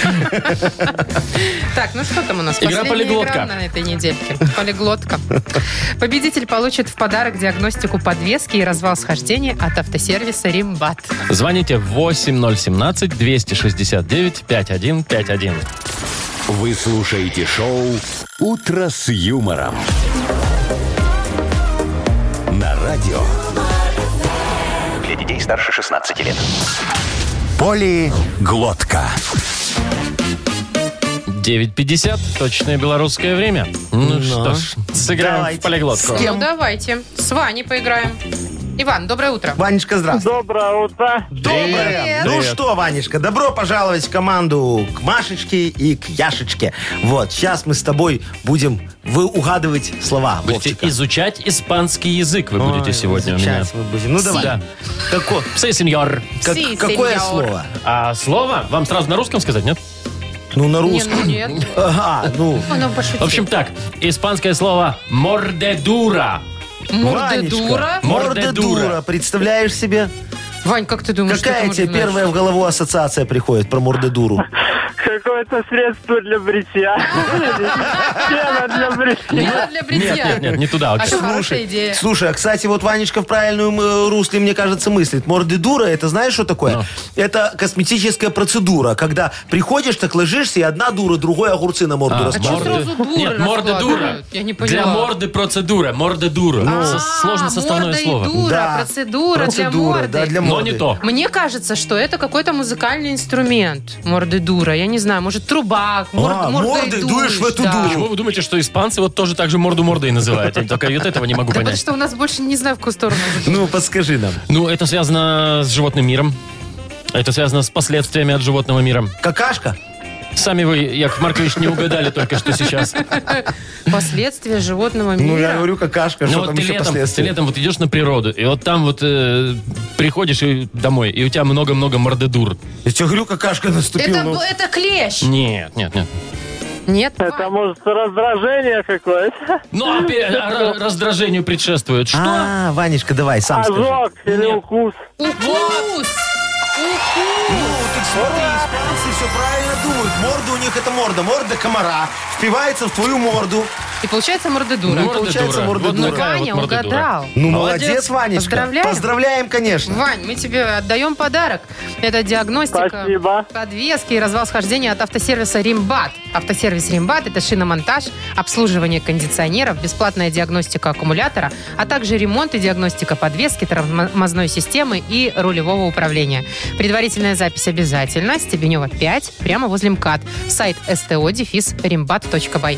[SPEAKER 2] Так, ну что там у нас?
[SPEAKER 1] Игра
[SPEAKER 2] Последняя
[SPEAKER 1] полиглотка.
[SPEAKER 2] игра на этой недельке. Полиглотка. Победитель получит в подарок диагностику подвески и развал схождения от автосервиса «Римбат».
[SPEAKER 1] Звоните 8017-269-5151.
[SPEAKER 4] Вы слушаете шоу «Утро с юмором». На радио
[SPEAKER 6] Для детей старше 16 лет.
[SPEAKER 4] «Полиглотка».
[SPEAKER 1] 9.50, точное белорусское время. Ну, что ж, сыграем
[SPEAKER 3] Давайте.
[SPEAKER 1] в полиглотку.
[SPEAKER 3] С
[SPEAKER 2] Ну, давайте. С Ваней поиграем. Иван, доброе утро.
[SPEAKER 3] Ванечка, здравствуй.
[SPEAKER 5] Доброе утро.
[SPEAKER 3] Доброе.
[SPEAKER 2] Привет.
[SPEAKER 3] Ну
[SPEAKER 1] Привет.
[SPEAKER 3] что, Ванечка, добро пожаловать в команду к Машечке и к Яшечке. Вот, сейчас мы с тобой будем вы угадывать слова.
[SPEAKER 1] Будете
[SPEAKER 3] Вовчика.
[SPEAKER 1] изучать испанский язык вы будете
[SPEAKER 3] Ой,
[SPEAKER 1] сегодня у меня.
[SPEAKER 3] изучать мы будем. Ну давай.
[SPEAKER 1] Да.
[SPEAKER 3] Како-
[SPEAKER 1] Псы, сеньор.
[SPEAKER 3] как-
[SPEAKER 2] Си,
[SPEAKER 3] какое
[SPEAKER 2] сеньор.
[SPEAKER 3] слово?
[SPEAKER 1] А слово вам сразу на русском сказать, нет?
[SPEAKER 3] Ну, на
[SPEAKER 2] Не,
[SPEAKER 3] русском.
[SPEAKER 2] ну нет.
[SPEAKER 3] Ага, ну.
[SPEAKER 2] Она
[SPEAKER 1] В
[SPEAKER 2] пошутила.
[SPEAKER 1] общем так, испанское слово мордедура.
[SPEAKER 3] Ванечка,
[SPEAKER 2] Мордедура.
[SPEAKER 1] Мордедура.
[SPEAKER 3] Мордедура. Представляешь себе?
[SPEAKER 2] Вань, как ты думаешь,
[SPEAKER 3] Какая
[SPEAKER 2] Ну, что это
[SPEAKER 3] тебе
[SPEAKER 2] может
[SPEAKER 3] первая в голову ассоциация приходит про мордедуру?
[SPEAKER 5] Какое-то средство для бритья. Пена для бритья.
[SPEAKER 2] значить? Пена для бритья.
[SPEAKER 1] Нет, нет, нет, не туда.
[SPEAKER 2] А что,
[SPEAKER 1] Оксана.
[SPEAKER 2] хорошая идея.
[SPEAKER 3] Слушай, а кстати, вот Ванечка в правильном э, русле, мне кажется, мыслит. Мордедура, это знаешь, что такое?
[SPEAKER 1] Ну.
[SPEAKER 3] Это косметическая процедура, когда приходишь, так ложишься, и одна дура, другой огурцы на морду
[SPEAKER 1] А,
[SPEAKER 2] чё
[SPEAKER 3] раскладывает.
[SPEAKER 1] морды-
[SPEAKER 2] сразу дуры
[SPEAKER 1] Нет, мордедура.
[SPEAKER 2] раскладывают? Я не
[SPEAKER 1] Для
[SPEAKER 2] поняла.
[SPEAKER 1] морды процедура. Мордедура. Ну, Со- Сложное
[SPEAKER 2] А,
[SPEAKER 1] составное
[SPEAKER 2] морда и
[SPEAKER 1] слово.
[SPEAKER 2] дура,
[SPEAKER 3] Да.
[SPEAKER 2] процедура, для
[SPEAKER 3] Процедура,
[SPEAKER 2] морды.
[SPEAKER 3] да, для
[SPEAKER 1] Но
[SPEAKER 3] морды.
[SPEAKER 1] не то.
[SPEAKER 2] Мне кажется, что это какой-то музыкальный инструмент. Морды дура. Я не знаю, может, труба. мор-
[SPEAKER 3] А,
[SPEAKER 2] мордой
[SPEAKER 3] мордой дуешь в эту
[SPEAKER 2] да.
[SPEAKER 3] дуру.
[SPEAKER 1] Почему вы думаете, что испанцы вот тоже так же морду мордой называют? Я только вот этого не могу
[SPEAKER 2] Да потому
[SPEAKER 1] понять.
[SPEAKER 2] что у нас больше не знаю, в какую сторону. уже.
[SPEAKER 3] Ну, подскажи нам.
[SPEAKER 1] Ну, это связано с животным миром. Это связано с последствиями от животного мира.
[SPEAKER 3] Какашка?
[SPEAKER 1] Сами вы, Яков Маркович, не угадали только что сейчас.
[SPEAKER 2] Последствия животного мира.
[SPEAKER 3] Ну, я говорю, какашка,
[SPEAKER 1] Ну
[SPEAKER 3] что
[SPEAKER 1] вот
[SPEAKER 3] там
[SPEAKER 1] ты
[SPEAKER 3] еще
[SPEAKER 1] летом, ты
[SPEAKER 3] последствия?
[SPEAKER 1] летом вот идешь на природу, и вот там вот э, приходишь и домой, и у тебя много-много мордедур.
[SPEAKER 3] Я тебе говорю, какашка наступила.
[SPEAKER 2] это,
[SPEAKER 3] ну.
[SPEAKER 2] бу- это клещ.
[SPEAKER 1] Нет, нет, нет.
[SPEAKER 2] Нет?
[SPEAKER 5] Это может раздражение какое-то.
[SPEAKER 1] Ну, а пе- а ра- раздражению предшествует. Что?
[SPEAKER 3] А, Ванечка, давай, сам скажи.
[SPEAKER 5] Ожог или
[SPEAKER 1] Нет.
[SPEAKER 5] укус.
[SPEAKER 2] Укус. Укус.
[SPEAKER 3] Ну, смотри, испанцы все правильно думают. Морда у них это морда. Морда комара впивается в твою морду.
[SPEAKER 2] И получается морда дура.
[SPEAKER 1] Морда
[SPEAKER 3] получается,
[SPEAKER 1] дура.
[SPEAKER 3] морда
[SPEAKER 1] Вот
[SPEAKER 3] дура.
[SPEAKER 2] Ну,
[SPEAKER 1] такая вот
[SPEAKER 2] Ваня
[SPEAKER 1] морда дура.
[SPEAKER 2] угадал.
[SPEAKER 3] Ну,
[SPEAKER 1] Молодец.
[SPEAKER 3] молодец, Ванечка.
[SPEAKER 2] Поздравляем.
[SPEAKER 3] Поздравляем, конечно.
[SPEAKER 2] Вань, мы тебе отдаем подарок. Это диагностика
[SPEAKER 5] Спасибо.
[SPEAKER 2] подвески и развал схождения от автосервиса «Римбат». Автосервис «Римбат» — это шиномонтаж, обслуживание кондиционеров, бесплатная диагностика аккумулятора, а также ремонт и диагностика подвески, тормозной системы и рулевого управления. Предварительная запись обязательно. Стебенева 5, прямо возле МКАД. Сайт sto дефис rimbat.by.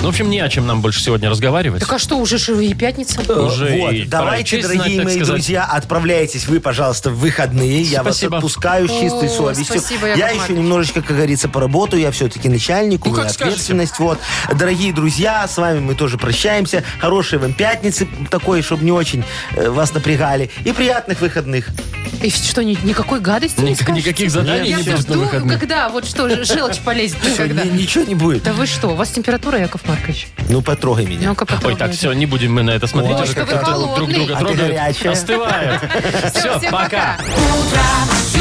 [SPEAKER 1] Ну, в общем, не о чем нам больше сегодня разговаривать.
[SPEAKER 2] Так а что, уже же и пятница?
[SPEAKER 1] Уже и
[SPEAKER 3] э, вот,
[SPEAKER 1] пора и
[SPEAKER 3] давайте,
[SPEAKER 1] честь
[SPEAKER 3] дорогие
[SPEAKER 1] знать, так
[SPEAKER 3] мои
[SPEAKER 1] сказать.
[SPEAKER 3] друзья, отправляйтесь вы, пожалуйста, в выходные. Я
[SPEAKER 1] Спасибо.
[SPEAKER 3] вас отпускаю с чистой
[SPEAKER 2] О,
[SPEAKER 3] совестью.
[SPEAKER 2] спасибо, Яков
[SPEAKER 3] я еще
[SPEAKER 2] Маркович.
[SPEAKER 3] немножечко, как говорится, поработаю. Я все-таки начальник, у
[SPEAKER 1] Ну,
[SPEAKER 3] меня
[SPEAKER 1] как скажете.
[SPEAKER 3] ответственность. Вот. Дорогие друзья, с вами мы тоже прощаемся. Хорошей вам пятницы такой, чтобы не очень э, вас напрягали. И приятных выходных.
[SPEAKER 2] И что, ни- никакой гадости не
[SPEAKER 1] Ник-
[SPEAKER 2] скажете?
[SPEAKER 1] никаких заданий
[SPEAKER 2] Я
[SPEAKER 1] не
[SPEAKER 2] прям
[SPEAKER 1] будет на
[SPEAKER 2] думаю,
[SPEAKER 1] выходных.
[SPEAKER 2] когда, вот что, же, желчь полезет.
[SPEAKER 3] Всё,
[SPEAKER 2] когда.
[SPEAKER 3] ни- ничего не будет.
[SPEAKER 2] Да вы что, у вас температура, Яков Маркович?
[SPEAKER 3] Ну, потрогай меня.
[SPEAKER 2] Ну-ка,
[SPEAKER 1] Ой,
[SPEAKER 2] потрогайте.
[SPEAKER 1] так, все, не будем мы на это смотреть.
[SPEAKER 3] Ой,
[SPEAKER 1] уже
[SPEAKER 3] что
[SPEAKER 1] как-то
[SPEAKER 2] вы
[SPEAKER 1] друг друга
[SPEAKER 2] холодный.
[SPEAKER 3] А
[SPEAKER 1] трогают.
[SPEAKER 3] ты горячая.
[SPEAKER 1] Остывает.
[SPEAKER 2] Всё,
[SPEAKER 1] Все,
[SPEAKER 2] всем
[SPEAKER 1] пока.
[SPEAKER 2] пока.